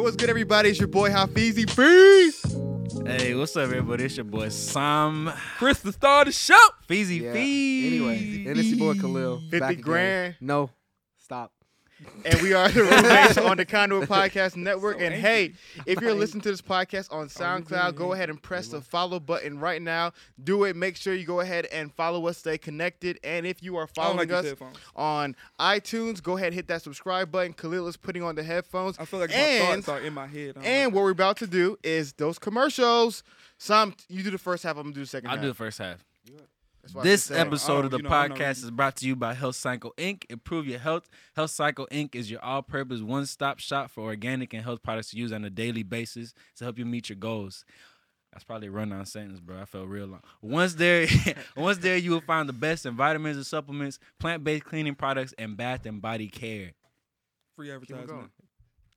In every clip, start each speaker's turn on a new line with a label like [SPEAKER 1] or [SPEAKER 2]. [SPEAKER 1] what's good, everybody? It's your boy Hafizi. Peace.
[SPEAKER 2] Hey, what's up, everybody? It's your boy Sam
[SPEAKER 3] Chris the star of the show.
[SPEAKER 2] Feezy
[SPEAKER 4] Yeah.
[SPEAKER 2] Fee.
[SPEAKER 4] Anyway, and it's your boy Khalil.
[SPEAKER 1] 50
[SPEAKER 4] back again.
[SPEAKER 1] grand.
[SPEAKER 4] No, stop.
[SPEAKER 1] And we are the roommates on the Conduit Podcast Network. and hey, if you're
[SPEAKER 4] Like-
[SPEAKER 1] listening to this podcast on SoundCloud, go ahead and press the follow button right now. Do it. Make sure you go ahead and follow us, stay connected. And if you are
[SPEAKER 3] I don't
[SPEAKER 1] following
[SPEAKER 3] like
[SPEAKER 1] us
[SPEAKER 3] these headphones.
[SPEAKER 1] on iTunes, go ahead and hit that subscribe button. Khalil is putting on the headphones.
[SPEAKER 3] I feel like my
[SPEAKER 1] and,
[SPEAKER 3] thoughts are in my head. I don't
[SPEAKER 1] and
[SPEAKER 3] like
[SPEAKER 1] what we're about to do is those commercials. Some you do the first half, I'm gonna do the second
[SPEAKER 2] I'll
[SPEAKER 1] half.
[SPEAKER 2] do the first half.
[SPEAKER 1] That's what I
[SPEAKER 2] This
[SPEAKER 1] said.
[SPEAKER 2] episode
[SPEAKER 3] Oh,
[SPEAKER 2] of the
[SPEAKER 3] you know, I know.
[SPEAKER 2] podcast is brought to you by Health Cycle Inc. Improve your health. Health Cycle Inc. is your all purpose, one stop shop for organic and health products to use on a daily basis to help you meet your goals. That's probably a rundown sentence, bro. I felt real long. Once there, once there, you will find the best in vitamins and supplements, plant-based cleaning products, and bath and body care.
[SPEAKER 3] free
[SPEAKER 1] Keep it going.
[SPEAKER 3] advertisement.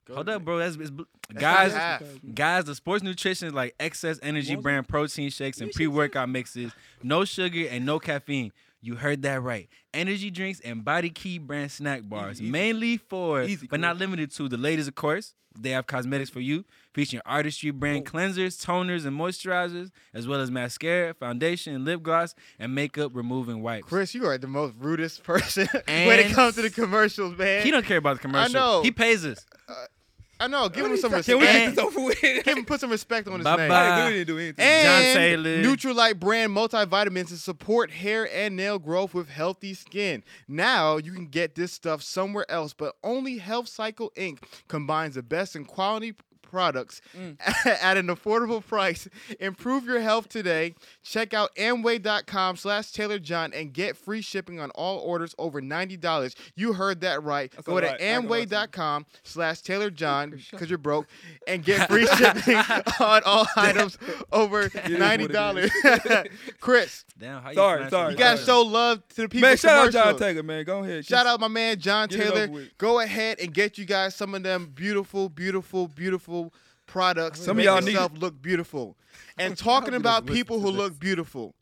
[SPEAKER 1] Go
[SPEAKER 2] Hold
[SPEAKER 1] ahead.
[SPEAKER 2] up, bro. That's, it's, bl-
[SPEAKER 1] That's
[SPEAKER 2] guys.
[SPEAKER 1] not half.
[SPEAKER 2] Guys, the sports nutrition is like excess energy
[SPEAKER 3] Won't-
[SPEAKER 2] brand protein shakes and pre workout mixes, no sugar and no caffeine. You heard that right. Energy drinks and Body Key brand snack bars,
[SPEAKER 3] easy.
[SPEAKER 2] mainly for,
[SPEAKER 3] Easy,
[SPEAKER 2] but not
[SPEAKER 3] Chris.
[SPEAKER 2] limited to, the ladies, of course. They have cosmetics for you, featuring artistry brand cleansers, toners, and moisturizers, as well as mascara, foundation, lip gloss, and makeup removing wipes.
[SPEAKER 1] Chris, you are the most rudest person when it
[SPEAKER 2] And-
[SPEAKER 1] comes to the commercials, man.
[SPEAKER 2] he don't care about the commercial.
[SPEAKER 1] know.
[SPEAKER 2] He pays us.
[SPEAKER 1] I know. Give him some
[SPEAKER 3] Can
[SPEAKER 1] respect.
[SPEAKER 3] we
[SPEAKER 2] And-
[SPEAKER 3] get this over with?
[SPEAKER 1] Give him put some respect on his
[SPEAKER 2] Bye-bye.
[SPEAKER 1] name.
[SPEAKER 3] Like, we didn't do anything.
[SPEAKER 1] And
[SPEAKER 2] John Taylor.
[SPEAKER 1] Nutrilite brand multivitamins to support hair and nail growth with healthy skin. Now you can get this stuff somewhere else, but only Health Cycle Inc. combines the best in quality products
[SPEAKER 3] Mm.
[SPEAKER 1] at an affordable price. Improve your health today. Check out Amway.com slash Taylor John and get free shipping on all orders over $90. You heard that right.
[SPEAKER 3] That's
[SPEAKER 1] Go
[SPEAKER 3] a
[SPEAKER 1] to
[SPEAKER 3] lot. Not gonna lie to you.
[SPEAKER 1] Amway.com slash Taylor John because you're broke and get free shipping on all items over
[SPEAKER 3] is
[SPEAKER 1] ninety dollars. Chris,
[SPEAKER 2] Damn, how you
[SPEAKER 3] Sorry,
[SPEAKER 2] smashing
[SPEAKER 3] sorry.
[SPEAKER 1] you
[SPEAKER 2] the
[SPEAKER 1] gotta
[SPEAKER 2] button?
[SPEAKER 1] show love to the people.
[SPEAKER 3] man, shout out John
[SPEAKER 1] commercial.
[SPEAKER 3] Taylor, man. Go ahead.
[SPEAKER 1] Shout out my man John
[SPEAKER 3] Get it
[SPEAKER 1] Taylor.
[SPEAKER 3] over with.
[SPEAKER 1] Go ahead and get you guys some of them beautiful, beautiful, beautiful products.
[SPEAKER 3] Some
[SPEAKER 1] to
[SPEAKER 3] of
[SPEAKER 1] make
[SPEAKER 3] y'all need
[SPEAKER 1] yourself look beautiful. And talking
[SPEAKER 2] gonna
[SPEAKER 1] about
[SPEAKER 2] listen
[SPEAKER 1] people
[SPEAKER 2] to
[SPEAKER 1] who
[SPEAKER 2] this.
[SPEAKER 1] look beautiful,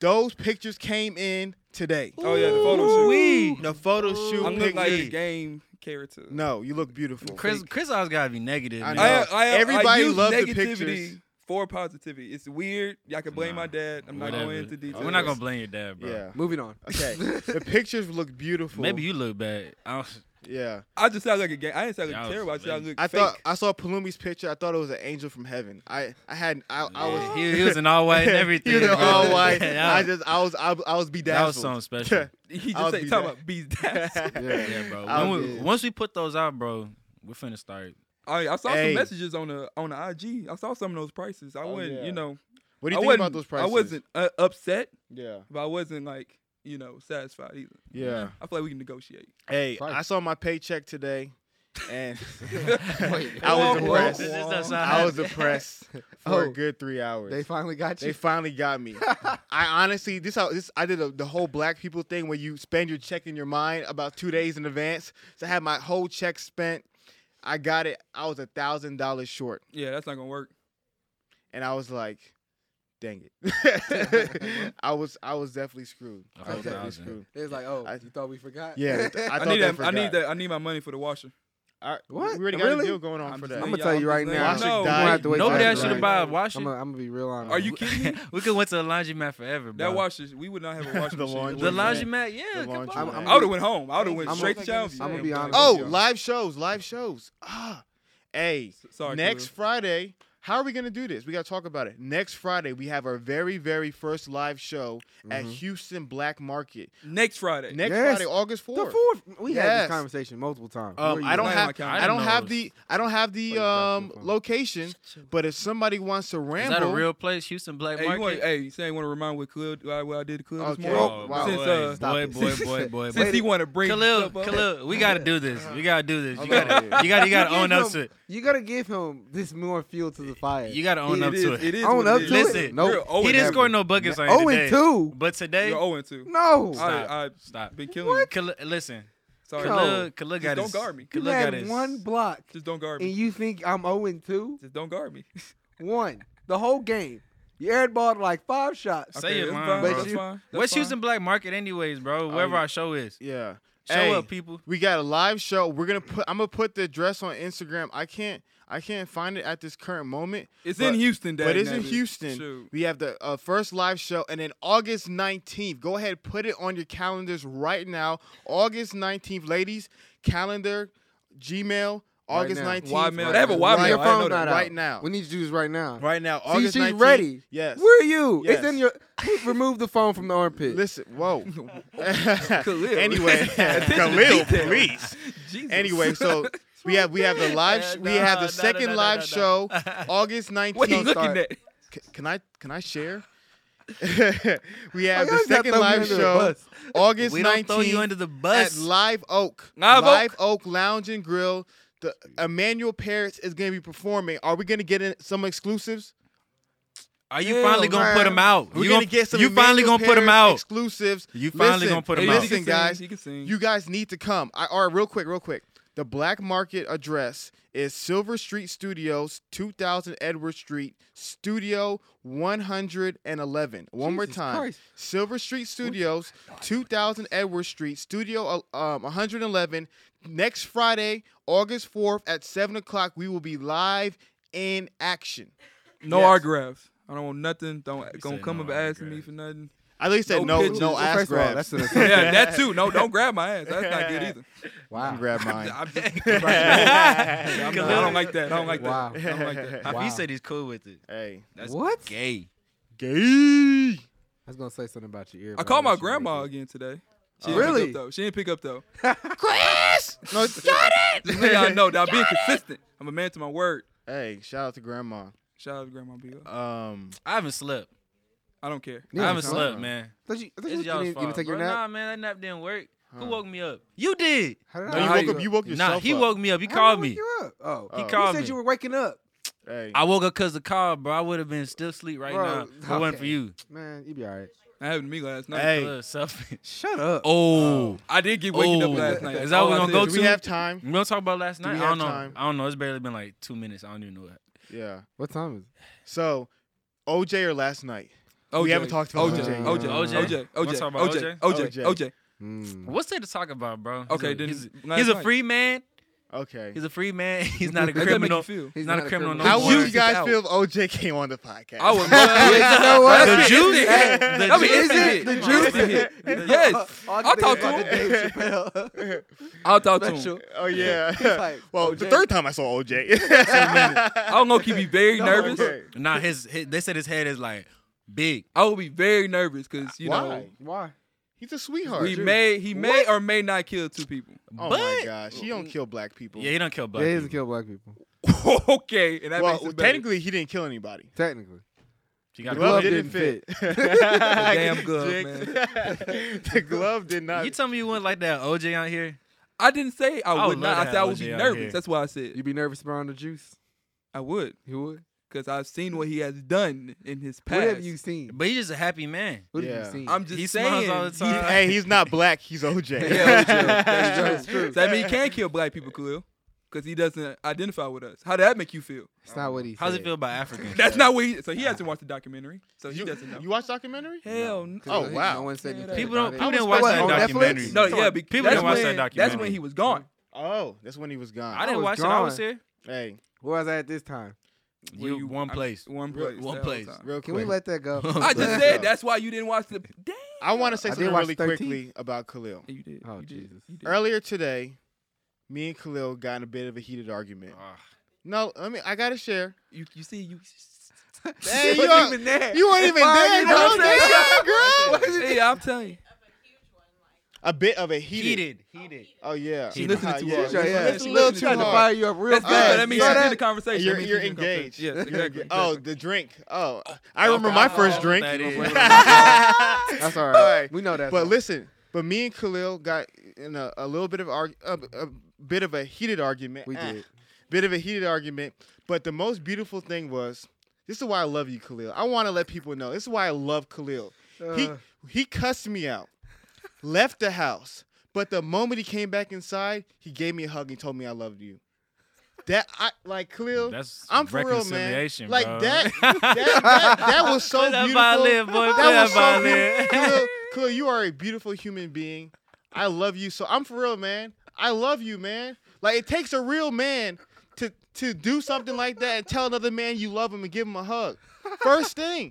[SPEAKER 1] those pictures came in today.
[SPEAKER 3] Oh yeah, the photo shoot.
[SPEAKER 2] Wee.
[SPEAKER 1] The photo shoot
[SPEAKER 3] I'm looking like
[SPEAKER 1] pictures.
[SPEAKER 3] the game character.
[SPEAKER 1] no, you look beautiful.
[SPEAKER 2] Chris, Chris always gotta be negative.
[SPEAKER 1] I
[SPEAKER 2] man.
[SPEAKER 1] know.
[SPEAKER 3] I, I, I
[SPEAKER 1] Everybody
[SPEAKER 3] use
[SPEAKER 1] loved the
[SPEAKER 3] negativity
[SPEAKER 1] pictures.
[SPEAKER 3] for positivity. It's weird. Y'all can blame
[SPEAKER 2] Nah,
[SPEAKER 3] my dad. I'm not
[SPEAKER 2] Whatever. Uh,
[SPEAKER 3] going into details.
[SPEAKER 2] We're not gonna blame your dad, bro.
[SPEAKER 1] yeah.
[SPEAKER 4] Moving on.
[SPEAKER 1] Okay. the pictures look beautiful.
[SPEAKER 2] Maybe you look bad. I don't,
[SPEAKER 1] Yeah.
[SPEAKER 3] I just sound like a game. I didn't sound like
[SPEAKER 2] Y'all
[SPEAKER 3] terrible. I
[SPEAKER 2] was
[SPEAKER 3] just sound
[SPEAKER 2] lame.
[SPEAKER 3] like
[SPEAKER 1] I
[SPEAKER 3] fake.
[SPEAKER 1] thought I saw Palumi's picture. I thought it was an angel from heaven. I I had I, I was
[SPEAKER 2] Yeah, he, he was in all white and everything.
[SPEAKER 1] he was in
[SPEAKER 2] bro.
[SPEAKER 1] all white.
[SPEAKER 2] Yeah,
[SPEAKER 1] I just I was I, was- I was bedazzled.
[SPEAKER 2] that was something special.
[SPEAKER 3] he
[SPEAKER 1] I'll
[SPEAKER 3] just say
[SPEAKER 1] be
[SPEAKER 3] talking
[SPEAKER 1] back.
[SPEAKER 3] about bees. dads.
[SPEAKER 2] yeah,
[SPEAKER 1] I
[SPEAKER 2] bro. When we,
[SPEAKER 1] did.
[SPEAKER 2] once we put those out, bro, we're finna start.
[SPEAKER 3] I, I saw
[SPEAKER 1] Hey.
[SPEAKER 3] some messages on the on the IG. I saw some of those prices. I
[SPEAKER 1] Oh,
[SPEAKER 3] wouldn't,
[SPEAKER 1] yeah.
[SPEAKER 3] you know,
[SPEAKER 1] What do
[SPEAKER 3] I
[SPEAKER 1] you think
[SPEAKER 3] wasn't,
[SPEAKER 1] about those prices?
[SPEAKER 3] I wasn't uh, upset,
[SPEAKER 1] Yeah.
[SPEAKER 3] but I wasn't like, you know, satisfied either.
[SPEAKER 1] Yeah.
[SPEAKER 3] I feel like we can negotiate.
[SPEAKER 1] Hey,
[SPEAKER 4] Price.
[SPEAKER 1] I saw my paycheck today, and
[SPEAKER 4] Wait.
[SPEAKER 1] I was
[SPEAKER 3] Whoa,
[SPEAKER 1] depressed.
[SPEAKER 3] whoa, whoa.
[SPEAKER 1] I was depressed for a
[SPEAKER 4] Oh.
[SPEAKER 1] good three hours.
[SPEAKER 4] They finally got
[SPEAKER 1] They
[SPEAKER 4] you.
[SPEAKER 1] finally got me. I honestly, this how this I did a, the whole black people thing where you spend your check in your mind about two days in advance. So I had my whole check spent. I got it. I was a thousand dollars short,
[SPEAKER 3] Yeah, that's not gonna work.
[SPEAKER 1] and I was like, "Dang it!" I was I was definitely screwed.
[SPEAKER 2] A
[SPEAKER 1] I was
[SPEAKER 4] whole
[SPEAKER 1] definitely
[SPEAKER 2] thousand.
[SPEAKER 1] screwed.
[SPEAKER 4] It's like, oh,
[SPEAKER 1] I-
[SPEAKER 4] you thought we forgot?
[SPEAKER 1] Yeah, I,
[SPEAKER 3] I,
[SPEAKER 1] thought
[SPEAKER 3] need
[SPEAKER 1] they
[SPEAKER 3] that. I need
[SPEAKER 1] forgot.
[SPEAKER 3] that. I need my money for the washer.
[SPEAKER 1] I-
[SPEAKER 4] What?
[SPEAKER 1] We already got a
[SPEAKER 4] Really?
[SPEAKER 1] deal going on
[SPEAKER 3] I'm
[SPEAKER 1] for
[SPEAKER 3] just
[SPEAKER 1] that.
[SPEAKER 4] I'm gonna
[SPEAKER 3] letting y'all-
[SPEAKER 4] tell you
[SPEAKER 3] just
[SPEAKER 4] right
[SPEAKER 3] letting
[SPEAKER 4] now.
[SPEAKER 3] y'all
[SPEAKER 1] Washer
[SPEAKER 3] know.
[SPEAKER 1] died.
[SPEAKER 4] I'm gonna have to wait
[SPEAKER 3] No,
[SPEAKER 4] till
[SPEAKER 3] that
[SPEAKER 4] after
[SPEAKER 3] should
[SPEAKER 4] the
[SPEAKER 3] have
[SPEAKER 4] night.
[SPEAKER 2] bought a washer.
[SPEAKER 4] I'm gonna, I'm gonna be real honest.
[SPEAKER 3] Are you kidding me?
[SPEAKER 2] we could went to the laundromat forever, bro.
[SPEAKER 3] That washer, we would not have a washing
[SPEAKER 1] The
[SPEAKER 3] machine.
[SPEAKER 1] laundry-
[SPEAKER 2] the
[SPEAKER 1] Yeah.
[SPEAKER 2] laundromat, yeah.
[SPEAKER 1] The
[SPEAKER 2] come on.
[SPEAKER 1] laundromat.
[SPEAKER 4] I'm- I'm
[SPEAKER 3] I would have went home. I would have went
[SPEAKER 4] I'm
[SPEAKER 3] straight to
[SPEAKER 2] gonna-
[SPEAKER 3] Challenge.
[SPEAKER 2] I'm
[SPEAKER 4] gonna be honest with
[SPEAKER 1] Oh,
[SPEAKER 4] Yeah.
[SPEAKER 1] live shows, live shows. Ah, hey,
[SPEAKER 3] Sorry,
[SPEAKER 1] next
[SPEAKER 3] Khalil.
[SPEAKER 1] Friday. How are we gonna do this? We gotta talk about it. Next Friday, we have our very, very first live show
[SPEAKER 2] Mm-hmm.
[SPEAKER 1] at Houston Black Market.
[SPEAKER 3] next
[SPEAKER 2] Uh,
[SPEAKER 3] Friday.
[SPEAKER 1] Next
[SPEAKER 4] Yes.
[SPEAKER 1] Friday, August
[SPEAKER 4] The
[SPEAKER 1] fourth.
[SPEAKER 4] fourth. We had
[SPEAKER 1] Yes.
[SPEAKER 4] this conversation multiple times.
[SPEAKER 1] Um,
[SPEAKER 4] Where
[SPEAKER 1] I
[SPEAKER 4] you
[SPEAKER 1] don't
[SPEAKER 4] at?
[SPEAKER 3] Right,
[SPEAKER 1] have
[SPEAKER 3] like, I
[SPEAKER 1] I
[SPEAKER 2] didn't
[SPEAKER 1] don't
[SPEAKER 2] know
[SPEAKER 1] have
[SPEAKER 2] it
[SPEAKER 1] the I don't have the
[SPEAKER 4] Wait, that's
[SPEAKER 1] um
[SPEAKER 4] your phone.
[SPEAKER 1] location, but if somebody wants to
[SPEAKER 2] Is
[SPEAKER 1] ramble,
[SPEAKER 2] that a real place, Houston Black
[SPEAKER 3] Hey, you
[SPEAKER 2] Market?
[SPEAKER 3] want? Hey, you say you want to remind what Khalil, uh, what I did to Khalil
[SPEAKER 1] Okay.
[SPEAKER 3] this morning?
[SPEAKER 4] Oh,
[SPEAKER 2] oh,
[SPEAKER 4] wow.
[SPEAKER 3] Since,
[SPEAKER 2] boy,
[SPEAKER 3] uh,
[SPEAKER 2] boy,
[SPEAKER 4] Stop
[SPEAKER 2] boy,
[SPEAKER 4] it.
[SPEAKER 2] boy, boy,
[SPEAKER 3] Since
[SPEAKER 2] boy.
[SPEAKER 3] he want to bring
[SPEAKER 2] Khalil,
[SPEAKER 3] stuff up.
[SPEAKER 2] Khalil, we gotta do this. We gotta do this. You
[SPEAKER 1] Hold
[SPEAKER 2] gotta,
[SPEAKER 1] on.
[SPEAKER 2] you gotta, you gotta
[SPEAKER 4] You
[SPEAKER 2] own
[SPEAKER 4] give
[SPEAKER 2] up
[SPEAKER 4] him-
[SPEAKER 2] to it.
[SPEAKER 4] You gotta give him this more fuel to the fire.
[SPEAKER 2] You gotta own
[SPEAKER 3] It
[SPEAKER 2] up
[SPEAKER 3] is-
[SPEAKER 2] to it.
[SPEAKER 3] It is
[SPEAKER 4] Own
[SPEAKER 3] what
[SPEAKER 4] up
[SPEAKER 3] it is.
[SPEAKER 2] to Listen, it.
[SPEAKER 4] Nope.
[SPEAKER 3] You're
[SPEAKER 2] He
[SPEAKER 3] 0
[SPEAKER 2] didn't
[SPEAKER 4] Never.
[SPEAKER 2] score no buckets on you
[SPEAKER 4] Oh,
[SPEAKER 2] today. Uh,
[SPEAKER 4] and two.
[SPEAKER 2] But today,
[SPEAKER 3] You're 0 and 2.
[SPEAKER 4] No.
[SPEAKER 2] Stop.
[SPEAKER 3] I,
[SPEAKER 2] stop.
[SPEAKER 3] I've been killing you.
[SPEAKER 2] Khalil, listen,
[SPEAKER 3] Sorry.
[SPEAKER 4] No.
[SPEAKER 2] Khalil, Khalil got
[SPEAKER 3] don't
[SPEAKER 2] his-
[SPEAKER 3] guard me.
[SPEAKER 4] You
[SPEAKER 2] Khalil got
[SPEAKER 4] had
[SPEAKER 2] his-
[SPEAKER 4] one block,
[SPEAKER 3] Just don't guard
[SPEAKER 4] and
[SPEAKER 3] me.
[SPEAKER 4] you think I'm 0 and 2?
[SPEAKER 3] Just don't guard me.
[SPEAKER 4] One. The whole game. You airballed like five shots.
[SPEAKER 2] Say your
[SPEAKER 3] that's
[SPEAKER 2] line,
[SPEAKER 3] fine,
[SPEAKER 2] bro.
[SPEAKER 3] that's fine, that's
[SPEAKER 2] What's
[SPEAKER 3] fine.
[SPEAKER 2] Houston Black Market anyways, bro? Wherever
[SPEAKER 1] yeah.
[SPEAKER 2] our show is.
[SPEAKER 1] yeah.
[SPEAKER 2] Show
[SPEAKER 1] Hey.
[SPEAKER 2] up, people.
[SPEAKER 1] We got a live show. We're gonna put. I'm gonna put the address on Instagram. I can't. I can't find it at this current moment.
[SPEAKER 3] It's
[SPEAKER 1] but-
[SPEAKER 3] in Houston, Daddy.
[SPEAKER 1] but it's in
[SPEAKER 3] Nappy.
[SPEAKER 1] Houston.
[SPEAKER 3] Shoot.
[SPEAKER 1] We have the uh, first live show, and then August 19th. Go ahead, put it on your calendars right now. August 19th, ladies. Calendar, Gmail. August
[SPEAKER 4] now.
[SPEAKER 1] 19th.
[SPEAKER 3] Why mail? They have a why
[SPEAKER 1] Right
[SPEAKER 4] Your
[SPEAKER 3] mail. I didn't know
[SPEAKER 4] phone's
[SPEAKER 3] that.
[SPEAKER 4] not
[SPEAKER 1] Right
[SPEAKER 4] out.
[SPEAKER 1] now.
[SPEAKER 4] We need you to do this right now.
[SPEAKER 1] Right now,
[SPEAKER 4] See,
[SPEAKER 1] August
[SPEAKER 4] she's
[SPEAKER 1] 19th.
[SPEAKER 4] ready.
[SPEAKER 1] Yes.
[SPEAKER 4] Where are you?
[SPEAKER 1] Yes.
[SPEAKER 4] It's in your. Remove the phone from the armpit.
[SPEAKER 1] Listen, whoa.
[SPEAKER 3] Khalil.
[SPEAKER 1] anyway,
[SPEAKER 3] Attention to
[SPEAKER 1] Khalil,
[SPEAKER 3] detail.
[SPEAKER 1] please.
[SPEAKER 3] Jesus.
[SPEAKER 1] Anyway, so we have we have the live sh-
[SPEAKER 2] Uh,
[SPEAKER 1] we have
[SPEAKER 2] no, no,
[SPEAKER 1] the second
[SPEAKER 2] no, no,
[SPEAKER 1] live
[SPEAKER 2] no.
[SPEAKER 1] show August 19th.
[SPEAKER 3] what are you looking
[SPEAKER 4] start.
[SPEAKER 3] at?
[SPEAKER 1] C- can I can I share? we have
[SPEAKER 4] y'all
[SPEAKER 1] the
[SPEAKER 4] got
[SPEAKER 1] second
[SPEAKER 4] thrown
[SPEAKER 1] live
[SPEAKER 4] under the
[SPEAKER 1] show
[SPEAKER 4] bus.
[SPEAKER 1] August
[SPEAKER 2] We don't throw you
[SPEAKER 1] 19th
[SPEAKER 2] under the
[SPEAKER 1] at
[SPEAKER 2] bus.
[SPEAKER 1] Live Oak.
[SPEAKER 3] Live Oak?
[SPEAKER 1] Oak Lounge and Grill. The Emmanuel Paris is going to be performing. Are we going to get in some exclusives?
[SPEAKER 2] Are you
[SPEAKER 4] Hell,
[SPEAKER 2] finally gonna put
[SPEAKER 4] man.
[SPEAKER 2] him out?
[SPEAKER 1] We're
[SPEAKER 2] you
[SPEAKER 1] gonna,
[SPEAKER 2] gonna-
[SPEAKER 1] get some.
[SPEAKER 2] You finally
[SPEAKER 1] Emmanuel
[SPEAKER 2] gonna put him
[SPEAKER 1] Paris
[SPEAKER 2] out?
[SPEAKER 1] Exclusives.
[SPEAKER 2] You finally
[SPEAKER 1] Listen,
[SPEAKER 2] gonna put him
[SPEAKER 3] Hey,
[SPEAKER 2] out?
[SPEAKER 3] he can
[SPEAKER 1] Listen,
[SPEAKER 3] sing,
[SPEAKER 1] guys,
[SPEAKER 3] He can sing.
[SPEAKER 1] You guys need to come. I, all right, real quick, real quick. The black market address is Silver Street Studios, 2000 Edward Street, Studio 111. One more
[SPEAKER 4] Jesus
[SPEAKER 1] time.
[SPEAKER 4] Christ.
[SPEAKER 1] Silver Street Studios, 2000 Edward Street, Studio uh, um, 111. Next Friday, August 4th at 7 o'clock, we will be live in action.
[SPEAKER 3] no
[SPEAKER 1] Yes.
[SPEAKER 3] autographs. I don't want nothing. Don't
[SPEAKER 2] You
[SPEAKER 3] gonna
[SPEAKER 2] said
[SPEAKER 3] come
[SPEAKER 2] no
[SPEAKER 3] up asking
[SPEAKER 2] autographs.
[SPEAKER 3] me for nothing.
[SPEAKER 1] I least said
[SPEAKER 3] No
[SPEAKER 1] no,
[SPEAKER 3] pictures.
[SPEAKER 1] no
[SPEAKER 3] Well,
[SPEAKER 1] ass
[SPEAKER 4] First of all,
[SPEAKER 1] grabs.
[SPEAKER 4] that's an assumption.
[SPEAKER 3] yeah, that too. No, don't grab my ass. That's not good either.
[SPEAKER 1] You
[SPEAKER 4] Wow.
[SPEAKER 1] can grab mine.
[SPEAKER 3] I'm just, I'm not- I
[SPEAKER 2] Khalil.
[SPEAKER 3] don't like that. I don't like that.
[SPEAKER 4] Wow.
[SPEAKER 3] I don't like that.
[SPEAKER 4] Wow.
[SPEAKER 2] He said he's cool with it.
[SPEAKER 1] hey,
[SPEAKER 2] That's
[SPEAKER 4] What?
[SPEAKER 2] Gay.
[SPEAKER 1] gay.
[SPEAKER 4] I was gonna say something about your ear.
[SPEAKER 3] I
[SPEAKER 4] but
[SPEAKER 3] called my
[SPEAKER 4] let you
[SPEAKER 3] grandma
[SPEAKER 4] read
[SPEAKER 3] again today. She
[SPEAKER 4] Oh.
[SPEAKER 3] didn't pick up,
[SPEAKER 4] Really?
[SPEAKER 3] though. She didn't pick up though.
[SPEAKER 1] Chris, no, it's-
[SPEAKER 3] Just so y'all know that I'm being consistent. I'm a man to my word.
[SPEAKER 1] Hey, shout out to grandma.
[SPEAKER 3] Shout out to Grandma B. O.
[SPEAKER 1] Um,
[SPEAKER 2] I haven't slept.
[SPEAKER 3] I don't care.
[SPEAKER 4] Yeah,
[SPEAKER 2] I haven't
[SPEAKER 4] huh?
[SPEAKER 2] slept, man.
[SPEAKER 4] it. Thought you, thought you,
[SPEAKER 2] It's
[SPEAKER 4] you,
[SPEAKER 2] y'all's
[SPEAKER 4] didn't- you didn't
[SPEAKER 2] fault.
[SPEAKER 4] take your
[SPEAKER 2] bro.
[SPEAKER 4] nap.
[SPEAKER 2] Nah, man, that nap didn't work.
[SPEAKER 1] Huh.
[SPEAKER 2] Who woke me up? You did.
[SPEAKER 4] How did
[SPEAKER 1] no,
[SPEAKER 4] I
[SPEAKER 1] you
[SPEAKER 3] how
[SPEAKER 1] woke
[SPEAKER 3] you-
[SPEAKER 1] up. You woke yourself
[SPEAKER 2] Nah, he
[SPEAKER 1] up.
[SPEAKER 2] woke me up. He
[SPEAKER 4] How did I
[SPEAKER 2] called
[SPEAKER 4] wake
[SPEAKER 2] me.
[SPEAKER 4] you up? Oh,
[SPEAKER 1] He
[SPEAKER 4] you
[SPEAKER 2] called
[SPEAKER 4] said
[SPEAKER 2] me.
[SPEAKER 4] you were waking up.
[SPEAKER 1] Hey,
[SPEAKER 2] I woke up because the car, bro. I would have been still asleep right
[SPEAKER 4] Bro,
[SPEAKER 2] now. If it wasn't for
[SPEAKER 4] okay.
[SPEAKER 2] you.
[SPEAKER 4] Man, you be all right.
[SPEAKER 3] That happened to me last night.
[SPEAKER 1] Hey.
[SPEAKER 2] Little selfish.
[SPEAKER 4] Shut up.
[SPEAKER 2] Oh.
[SPEAKER 3] I did get waking up last
[SPEAKER 2] Oh.
[SPEAKER 3] night.
[SPEAKER 2] Is
[SPEAKER 3] That's
[SPEAKER 2] that
[SPEAKER 3] all
[SPEAKER 2] what
[SPEAKER 3] I
[SPEAKER 2] we gonna
[SPEAKER 3] said.
[SPEAKER 2] go
[SPEAKER 1] do
[SPEAKER 2] to?
[SPEAKER 1] we have time?
[SPEAKER 2] We gonna talk about last
[SPEAKER 1] Do we
[SPEAKER 2] night? I
[SPEAKER 1] have
[SPEAKER 2] don't know.
[SPEAKER 1] time?
[SPEAKER 2] I don't know. It's barely been like two minutes. I don't even know that.
[SPEAKER 1] Yeah.
[SPEAKER 4] What time is it?
[SPEAKER 1] So, OJ or last night?
[SPEAKER 3] OJ.
[SPEAKER 1] We haven't talked about
[SPEAKER 3] OJ.
[SPEAKER 4] OJ.
[SPEAKER 3] OJ.
[SPEAKER 2] OJ.
[SPEAKER 3] OJ.
[SPEAKER 2] Wanna
[SPEAKER 3] OJ.
[SPEAKER 2] talk about
[SPEAKER 3] OJ.
[SPEAKER 2] OJ?
[SPEAKER 3] OJ. OJ.
[SPEAKER 4] Mm.
[SPEAKER 2] What's there to talk about, bro? He's
[SPEAKER 3] Okay,
[SPEAKER 2] a-
[SPEAKER 3] then
[SPEAKER 2] he's,
[SPEAKER 3] last
[SPEAKER 2] he's a
[SPEAKER 3] night.
[SPEAKER 2] free man.
[SPEAKER 1] Okay.
[SPEAKER 2] He's a free man. He's not a
[SPEAKER 4] That doesn't make
[SPEAKER 3] That make
[SPEAKER 2] criminal.
[SPEAKER 3] you feel.
[SPEAKER 4] He's
[SPEAKER 2] not a criminal, no
[SPEAKER 1] How
[SPEAKER 2] Don't
[SPEAKER 1] would
[SPEAKER 2] worry.
[SPEAKER 1] you guys feel if OJ came on the podcast?
[SPEAKER 3] I would
[SPEAKER 4] you know what?
[SPEAKER 2] The
[SPEAKER 3] That's it.
[SPEAKER 2] juice.
[SPEAKER 3] Hey,
[SPEAKER 2] the
[SPEAKER 3] that'd be
[SPEAKER 2] juice-
[SPEAKER 3] instant.
[SPEAKER 2] the
[SPEAKER 3] Come
[SPEAKER 2] juice-
[SPEAKER 3] on, man. Yes. I'll talk to him. I'll talk to him.
[SPEAKER 1] oh yeah.
[SPEAKER 4] like,
[SPEAKER 1] well, the
[SPEAKER 4] OJ.
[SPEAKER 1] third time I saw OJ.
[SPEAKER 3] I don't know if he'd be very nervous.
[SPEAKER 1] Okay.
[SPEAKER 2] Nah, his, his they said his head is like big.
[SPEAKER 3] I would be very nervous because you
[SPEAKER 1] Why?
[SPEAKER 4] Why?
[SPEAKER 1] He's a sweetheart.
[SPEAKER 3] know we may he may or may not kill two people.
[SPEAKER 1] oh
[SPEAKER 2] but
[SPEAKER 1] my gosh, he don't kill black people.
[SPEAKER 2] yeah, he don't kill black.
[SPEAKER 4] Yeah, he doesn't
[SPEAKER 2] people.
[SPEAKER 4] kill black people.
[SPEAKER 3] okay, and that
[SPEAKER 1] well,
[SPEAKER 3] makes it better.
[SPEAKER 1] technically, he didn't kill anybody.
[SPEAKER 4] Technically.
[SPEAKER 2] She got
[SPEAKER 1] The glove
[SPEAKER 4] glove
[SPEAKER 1] didn't,
[SPEAKER 2] glove.
[SPEAKER 4] didn't
[SPEAKER 1] fit.
[SPEAKER 3] damn glove,
[SPEAKER 1] man. the glove did not.
[SPEAKER 2] You tell me you went like that OJ out here.
[SPEAKER 3] I didn't say I,
[SPEAKER 2] I
[SPEAKER 3] would
[SPEAKER 2] would love
[SPEAKER 3] not.
[SPEAKER 2] to
[SPEAKER 3] I said I
[SPEAKER 2] have
[SPEAKER 3] would be
[SPEAKER 2] OJ out here.
[SPEAKER 3] nervous. That's why I said
[SPEAKER 4] You'd be nervous around the juice.
[SPEAKER 3] I would
[SPEAKER 4] You would.
[SPEAKER 3] because I've seen what he has done in his past.
[SPEAKER 4] What have you seen?
[SPEAKER 2] But he's just a happy man.
[SPEAKER 4] What have
[SPEAKER 1] Yeah.
[SPEAKER 4] you seen?
[SPEAKER 3] I'm just
[SPEAKER 2] He
[SPEAKER 3] saying.
[SPEAKER 2] smiles all the
[SPEAKER 3] he-
[SPEAKER 2] time.
[SPEAKER 1] hey, he's not black. He's OJ.
[SPEAKER 3] Yeah, OJ.
[SPEAKER 4] That's
[SPEAKER 3] That's
[SPEAKER 4] true.
[SPEAKER 3] true. So that mean he can kill black people, Khalil, because he doesn't identify with us. How did that make you feel?
[SPEAKER 4] it's not what he
[SPEAKER 2] How's
[SPEAKER 4] said.
[SPEAKER 2] it feel about Africans?
[SPEAKER 3] That's not what he. So he hasn't watched the documentary, so he
[SPEAKER 1] You,
[SPEAKER 3] doesn't know.
[SPEAKER 1] you watch documentary?
[SPEAKER 3] Hell no.
[SPEAKER 4] 'Cause
[SPEAKER 1] Oh,
[SPEAKER 4] he-
[SPEAKER 1] wow.
[SPEAKER 4] No one said anything
[SPEAKER 2] People don't-
[SPEAKER 4] about it.
[SPEAKER 2] people didn't
[SPEAKER 4] On
[SPEAKER 2] watch that
[SPEAKER 4] Netflix?
[SPEAKER 2] documentary.
[SPEAKER 3] No,
[SPEAKER 2] So,
[SPEAKER 3] yeah,
[SPEAKER 2] like,
[SPEAKER 3] be-
[SPEAKER 2] people
[SPEAKER 3] that's
[SPEAKER 2] didn't watch that
[SPEAKER 3] when- That's when
[SPEAKER 2] documentary.
[SPEAKER 3] he was gone.
[SPEAKER 1] Oh, that's when he was gone.
[SPEAKER 2] I
[SPEAKER 4] I
[SPEAKER 2] didn't
[SPEAKER 4] was
[SPEAKER 2] watch it. I was
[SPEAKER 4] gone.
[SPEAKER 2] here.
[SPEAKER 1] hey,
[SPEAKER 4] Where was I at this time?
[SPEAKER 3] Where
[SPEAKER 2] You,
[SPEAKER 3] you-
[SPEAKER 2] one
[SPEAKER 3] I'm-
[SPEAKER 2] place.
[SPEAKER 3] One
[SPEAKER 2] Real-
[SPEAKER 3] place.
[SPEAKER 2] one
[SPEAKER 3] that whole
[SPEAKER 2] place.
[SPEAKER 3] time.
[SPEAKER 1] real quick.
[SPEAKER 4] Can we let that go?
[SPEAKER 3] I
[SPEAKER 2] Real
[SPEAKER 3] just said that's why you didn't watch the. Damn.
[SPEAKER 1] I want to say
[SPEAKER 4] I did
[SPEAKER 1] something
[SPEAKER 4] watch
[SPEAKER 1] really
[SPEAKER 4] 13.
[SPEAKER 1] quickly about Khalil.
[SPEAKER 3] You did.
[SPEAKER 4] Oh,
[SPEAKER 3] you did,
[SPEAKER 4] Jesus.
[SPEAKER 3] you did.
[SPEAKER 1] Earlier today, me and Khalil got in a bit of a heated argument. No, I mean I gotta share.
[SPEAKER 3] You, you see you.
[SPEAKER 1] Hey,
[SPEAKER 4] She
[SPEAKER 1] you
[SPEAKER 4] wasn't
[SPEAKER 1] are-
[SPEAKER 4] even there.
[SPEAKER 1] You weren't even
[SPEAKER 4] Why are
[SPEAKER 1] there,
[SPEAKER 4] you
[SPEAKER 1] bro.
[SPEAKER 4] not
[SPEAKER 1] Damn, girl.
[SPEAKER 3] hey, I'm telling you.
[SPEAKER 1] A bit of a heated.
[SPEAKER 2] Heated. Heated.
[SPEAKER 1] Oh yeah.
[SPEAKER 2] She
[SPEAKER 3] listened
[SPEAKER 1] Ah,
[SPEAKER 3] to
[SPEAKER 1] yeah.
[SPEAKER 3] us.
[SPEAKER 1] yeah,
[SPEAKER 4] Yeah, yeah.
[SPEAKER 1] It's a little
[SPEAKER 3] She
[SPEAKER 1] too
[SPEAKER 4] Tried to
[SPEAKER 1] hard.
[SPEAKER 4] fire you up real
[SPEAKER 3] That's
[SPEAKER 4] fast.
[SPEAKER 3] good, but that
[SPEAKER 1] Hey,
[SPEAKER 3] means
[SPEAKER 1] you
[SPEAKER 3] she's
[SPEAKER 1] saw
[SPEAKER 3] in
[SPEAKER 1] that?
[SPEAKER 3] the conversation.
[SPEAKER 1] You're,
[SPEAKER 3] That means
[SPEAKER 1] you're
[SPEAKER 3] she's in the
[SPEAKER 1] engaged.
[SPEAKER 3] conversation. Yes,
[SPEAKER 1] You're
[SPEAKER 3] exactly.
[SPEAKER 1] engaged. Oh, the drink. Oh, I remember
[SPEAKER 2] okay,
[SPEAKER 1] my
[SPEAKER 2] I
[SPEAKER 1] first
[SPEAKER 2] know
[SPEAKER 1] drink.
[SPEAKER 2] what
[SPEAKER 1] that is.
[SPEAKER 4] That's all right.
[SPEAKER 1] All right.
[SPEAKER 4] We know that.
[SPEAKER 1] But listen, but me and Khalil got in a, a little bit of arg- a, a bit of a heated argument.
[SPEAKER 4] We
[SPEAKER 1] Eh.
[SPEAKER 4] did.
[SPEAKER 1] Bit of a heated argument. But the most beautiful thing was this is why I love you, Khalil. I want to let people know this is why I love Khalil. he
[SPEAKER 4] Uh.
[SPEAKER 1] he cussed me out, left the house, but the moment he came back inside, he gave me a hug and told me I loved you. That I like Khalil.
[SPEAKER 2] That's
[SPEAKER 1] I'm for real, man.
[SPEAKER 2] reconciliation,
[SPEAKER 1] Like
[SPEAKER 2] bro.
[SPEAKER 1] that, that, that, that was so
[SPEAKER 2] Put that
[SPEAKER 1] beautiful.
[SPEAKER 2] violin, boy.
[SPEAKER 1] That
[SPEAKER 2] Put that
[SPEAKER 1] was so
[SPEAKER 2] violin.
[SPEAKER 1] beautiful. Khalil, Khalil, you are a beautiful human being. I love you so. I'm for real, man. I love you, man. Like it takes a real man to to do something like that and tell another man you love him and give him a hug. First thing,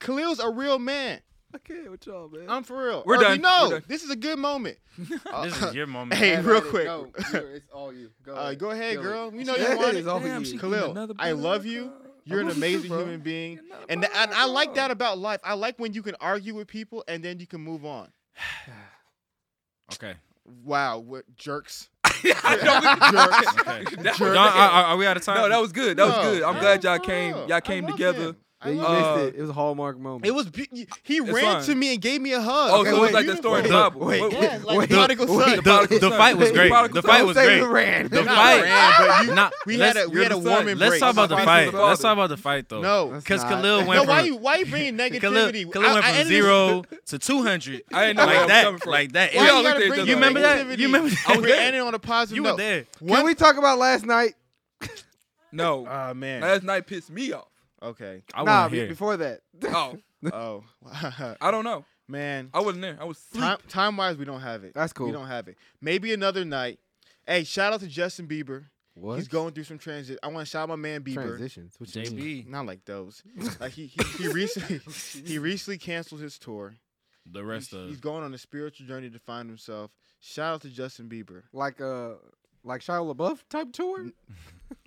[SPEAKER 1] Khalil's a real man.
[SPEAKER 5] I can't with y'all, man.
[SPEAKER 1] I'm for real.
[SPEAKER 2] We're
[SPEAKER 1] Irby,
[SPEAKER 2] done.
[SPEAKER 1] No,
[SPEAKER 2] We're done.
[SPEAKER 1] this is a good moment. Uh,
[SPEAKER 2] This is your moment.
[SPEAKER 1] Hey,
[SPEAKER 4] Let
[SPEAKER 1] real
[SPEAKER 4] it
[SPEAKER 1] quick.
[SPEAKER 4] go. You- It's all you. Go
[SPEAKER 1] Uh,
[SPEAKER 4] ahead,
[SPEAKER 1] go ahead,
[SPEAKER 4] Kill it.
[SPEAKER 1] girl. You know
[SPEAKER 5] Yeah,
[SPEAKER 1] you want it.
[SPEAKER 5] it's over
[SPEAKER 2] Damn,
[SPEAKER 5] to
[SPEAKER 2] she
[SPEAKER 5] you.
[SPEAKER 2] Eating
[SPEAKER 1] Khalil,
[SPEAKER 2] another
[SPEAKER 1] I
[SPEAKER 2] bottle
[SPEAKER 1] love
[SPEAKER 2] of
[SPEAKER 1] you.
[SPEAKER 2] Coke.
[SPEAKER 1] You're an
[SPEAKER 5] I'm with
[SPEAKER 1] amazing
[SPEAKER 5] you, bro.
[SPEAKER 1] human being,
[SPEAKER 2] Another
[SPEAKER 1] and th-
[SPEAKER 2] bottle
[SPEAKER 1] and I
[SPEAKER 2] of
[SPEAKER 1] like
[SPEAKER 2] Coke.
[SPEAKER 1] that about life. I like when you can argue with people and then you can move on.
[SPEAKER 2] Okay.
[SPEAKER 1] Wow, what jerks.
[SPEAKER 3] Jerks.
[SPEAKER 2] Okay.
[SPEAKER 3] That-
[SPEAKER 2] John, are, are- are we out of time?
[SPEAKER 3] No, that was good. That was
[SPEAKER 1] No,
[SPEAKER 3] good. I'm
[SPEAKER 1] no,
[SPEAKER 3] glad y'all
[SPEAKER 1] for
[SPEAKER 3] came.
[SPEAKER 1] real.
[SPEAKER 3] Y'all
[SPEAKER 1] I
[SPEAKER 3] came
[SPEAKER 1] love
[SPEAKER 3] together.
[SPEAKER 1] him. I
[SPEAKER 5] Yeah, you
[SPEAKER 1] love him.
[SPEAKER 3] uh,
[SPEAKER 5] missed it. It was a hallmark moment.
[SPEAKER 1] It was be- he ran
[SPEAKER 3] fine.
[SPEAKER 1] to me and gave me a hug.
[SPEAKER 3] Oh,
[SPEAKER 1] Okay,
[SPEAKER 3] so it was
[SPEAKER 1] wait,
[SPEAKER 3] like
[SPEAKER 1] you
[SPEAKER 3] that story in
[SPEAKER 1] didn't-
[SPEAKER 3] the Bible.
[SPEAKER 5] wait,
[SPEAKER 3] Wait,
[SPEAKER 5] wait.
[SPEAKER 1] Yes, like
[SPEAKER 5] Wait,
[SPEAKER 1] the prodigal
[SPEAKER 5] wait.
[SPEAKER 1] son.
[SPEAKER 2] the, the fight was great. The fight was
[SPEAKER 5] Don't say
[SPEAKER 2] great.
[SPEAKER 5] we ran.
[SPEAKER 2] The
[SPEAKER 1] Not
[SPEAKER 2] fight.
[SPEAKER 1] ran, but you-
[SPEAKER 2] Nah,
[SPEAKER 1] we
[SPEAKER 2] let's-
[SPEAKER 1] had a we
[SPEAKER 3] you're
[SPEAKER 1] had a
[SPEAKER 3] the son.
[SPEAKER 1] warm embrace.
[SPEAKER 2] Let's talk about the
[SPEAKER 3] Christ
[SPEAKER 2] fight.
[SPEAKER 3] is the
[SPEAKER 2] Let's
[SPEAKER 3] father.
[SPEAKER 2] talk about the fight though.
[SPEAKER 1] No,
[SPEAKER 2] because
[SPEAKER 5] That's not-
[SPEAKER 2] Khalil
[SPEAKER 1] no.
[SPEAKER 2] went
[SPEAKER 1] Why
[SPEAKER 2] from
[SPEAKER 1] you why you bringing
[SPEAKER 2] Khalil,
[SPEAKER 1] negativity?
[SPEAKER 2] Khalil went
[SPEAKER 1] I- I
[SPEAKER 2] from
[SPEAKER 1] ended this-
[SPEAKER 2] zero to two hundred.
[SPEAKER 3] I didn't know where I
[SPEAKER 2] like
[SPEAKER 3] was coming
[SPEAKER 2] that.
[SPEAKER 3] from.
[SPEAKER 2] Like that.
[SPEAKER 1] Why you
[SPEAKER 3] Yeah, I
[SPEAKER 1] gotta
[SPEAKER 3] looked at
[SPEAKER 1] bring
[SPEAKER 3] each
[SPEAKER 1] up
[SPEAKER 3] other. You
[SPEAKER 2] remember that?
[SPEAKER 1] negativity?
[SPEAKER 2] You remember that? I was
[SPEAKER 1] We're
[SPEAKER 2] there.
[SPEAKER 1] ending on a positive
[SPEAKER 2] You
[SPEAKER 1] note.
[SPEAKER 2] were there.
[SPEAKER 5] Can we talk about last night?
[SPEAKER 3] No,
[SPEAKER 1] Oh man.
[SPEAKER 3] last night pissed me off.
[SPEAKER 1] Okay.
[SPEAKER 2] I
[SPEAKER 5] nah,
[SPEAKER 2] want to
[SPEAKER 5] be-
[SPEAKER 2] hear.
[SPEAKER 5] before that.
[SPEAKER 3] Oh,
[SPEAKER 1] Oh,
[SPEAKER 3] I don't know.
[SPEAKER 1] man.
[SPEAKER 3] I wasn't there. I was asleep.
[SPEAKER 1] Time time wise, we don't have it.
[SPEAKER 5] That's
[SPEAKER 1] We
[SPEAKER 5] cool.
[SPEAKER 1] don't have it. Maybe another night. Hey, shout out to Justin Bieber.
[SPEAKER 5] What?
[SPEAKER 1] He's going through some transit. I want to shout out my man Bieber.
[SPEAKER 5] Transitions. What you mean?
[SPEAKER 2] JB,
[SPEAKER 1] Not like those. Like he he, he recently he recently canceled his tour.
[SPEAKER 2] the rest
[SPEAKER 1] he's, he's
[SPEAKER 2] of
[SPEAKER 1] going on a spiritual journey to find himself. Shout out to Justin Bieber.
[SPEAKER 5] Like uh, like Shia LaBeouf type tour.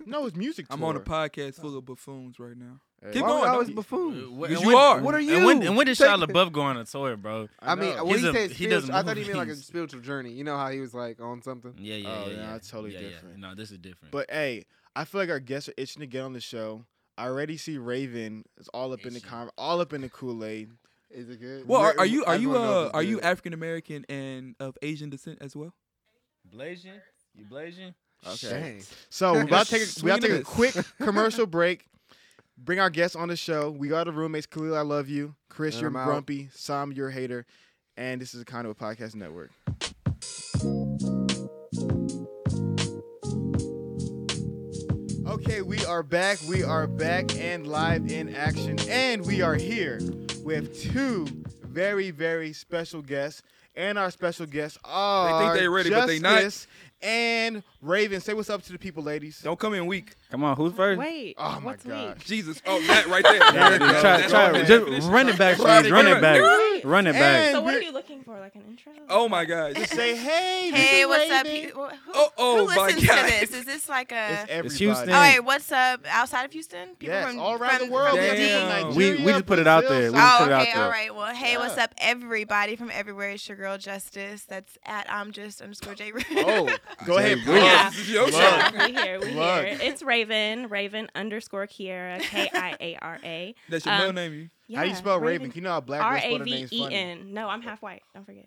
[SPEAKER 1] No, it's music.
[SPEAKER 3] I'm
[SPEAKER 1] tour.
[SPEAKER 3] on a podcast full of buffoons right now.
[SPEAKER 1] Hey,
[SPEAKER 3] Keep
[SPEAKER 5] Why we
[SPEAKER 3] going.
[SPEAKER 5] always
[SPEAKER 3] don't-
[SPEAKER 5] buffoon?
[SPEAKER 2] Wh-
[SPEAKER 3] Yes,
[SPEAKER 2] and
[SPEAKER 3] you Uh,
[SPEAKER 2] when-
[SPEAKER 3] are.
[SPEAKER 5] What are you?
[SPEAKER 2] And when, and when did Shia
[SPEAKER 5] Take-
[SPEAKER 2] LaBeouf go on a tour, bro?
[SPEAKER 5] I, mean,
[SPEAKER 1] know.
[SPEAKER 5] when
[SPEAKER 2] He's
[SPEAKER 5] he
[SPEAKER 2] a-
[SPEAKER 5] said
[SPEAKER 2] he does
[SPEAKER 5] spiritual, I thought he meant like a
[SPEAKER 2] movies.
[SPEAKER 5] spiritual journey. You know how he was like on something.
[SPEAKER 2] Yeah, yeah,
[SPEAKER 1] Oh,
[SPEAKER 2] yeah,
[SPEAKER 1] nah,
[SPEAKER 2] yeah.
[SPEAKER 1] it's totally
[SPEAKER 2] Yeah, yeah.
[SPEAKER 1] different.
[SPEAKER 2] No, this is different.
[SPEAKER 1] but hey, I feel like our guests are itching to get on the show. I already see Raven is all up in the
[SPEAKER 2] Itching.
[SPEAKER 1] com- all up in the Kool Aid.
[SPEAKER 5] Is it good?
[SPEAKER 3] Well, are,
[SPEAKER 1] We're-
[SPEAKER 3] are you are you
[SPEAKER 1] everyone knows
[SPEAKER 3] uh
[SPEAKER 1] it's
[SPEAKER 3] are you
[SPEAKER 1] good.
[SPEAKER 3] African American and of Asian descent as well?
[SPEAKER 2] Blazing, you blazing.
[SPEAKER 1] Okay.
[SPEAKER 5] Dang.
[SPEAKER 1] So we're about to take a,
[SPEAKER 3] Just
[SPEAKER 1] we about to take a
[SPEAKER 3] sweeness.
[SPEAKER 1] quick commercial break. Bring our guests on the show. We got the roommates. Khalil, I love you. Chris,
[SPEAKER 5] And
[SPEAKER 1] you're
[SPEAKER 5] I'm out.
[SPEAKER 1] grumpy. Sam, you're a hater. And this is a kind of a podcast network. Okay, we are back. We are back and live in action. And we are here with two very, very special guests. And our special guests are
[SPEAKER 3] they ready, but they not.
[SPEAKER 1] Justice and Raven. Say what's up to the people, ladies.
[SPEAKER 3] Don't come in weak.
[SPEAKER 2] Come on, who's first?
[SPEAKER 6] Wait.
[SPEAKER 1] Oh my
[SPEAKER 6] what's
[SPEAKER 1] God.
[SPEAKER 6] weak?
[SPEAKER 3] Jesus. Oh, that right there. There it
[SPEAKER 1] Try-
[SPEAKER 3] is.
[SPEAKER 2] Try,
[SPEAKER 3] That's
[SPEAKER 2] try,
[SPEAKER 3] all right.
[SPEAKER 2] just run it back, please. Run it back. Run it back.
[SPEAKER 6] So what are
[SPEAKER 1] we're-
[SPEAKER 6] you looking for? Like an intro?
[SPEAKER 3] Oh my God.
[SPEAKER 1] Just say hey. this
[SPEAKER 7] Hey,
[SPEAKER 1] is
[SPEAKER 7] what's up?
[SPEAKER 1] Raven."
[SPEAKER 7] Pe- wh- Who,
[SPEAKER 3] Oh, oh,
[SPEAKER 7] who
[SPEAKER 3] my
[SPEAKER 7] listens
[SPEAKER 3] God.
[SPEAKER 7] to this? Is this like a?
[SPEAKER 1] It's everybody.
[SPEAKER 2] Houston.
[SPEAKER 7] All right, what's up outside of Houston? Oh, People
[SPEAKER 1] Yes,
[SPEAKER 7] from
[SPEAKER 1] all around
[SPEAKER 7] from,
[SPEAKER 1] the world.
[SPEAKER 7] From
[SPEAKER 1] We have people
[SPEAKER 3] Damn.
[SPEAKER 1] from
[SPEAKER 2] We- we
[SPEAKER 1] Nigeria,
[SPEAKER 2] just put it out
[SPEAKER 1] Brazil,
[SPEAKER 2] there. We
[SPEAKER 1] South-
[SPEAKER 2] just
[SPEAKER 7] Oh,
[SPEAKER 2] put it out
[SPEAKER 7] okay, all
[SPEAKER 2] there.
[SPEAKER 7] right. Well, hey, what's
[SPEAKER 1] Yeah.
[SPEAKER 7] up, everybody from everywhere? It's your girl Justice. That's at I'm just underscore J.
[SPEAKER 1] Oh, go ahead.
[SPEAKER 2] Yeah.
[SPEAKER 1] Bruce.
[SPEAKER 7] Yeah.
[SPEAKER 3] This is your show.
[SPEAKER 1] Love.
[SPEAKER 6] Yeah, we here, we
[SPEAKER 1] Plug.
[SPEAKER 6] here. It's Raven, Raven underscore Kiara, K I A R A.
[SPEAKER 3] That's your
[SPEAKER 6] Um,
[SPEAKER 3] middle name. You.
[SPEAKER 6] Yeah,
[SPEAKER 1] How do you spell Raven? You know how black
[SPEAKER 6] R
[SPEAKER 1] girls spell
[SPEAKER 6] A
[SPEAKER 1] their
[SPEAKER 6] V
[SPEAKER 1] names
[SPEAKER 6] E
[SPEAKER 1] funny.
[SPEAKER 6] N. No, I'm half white. Don't forget.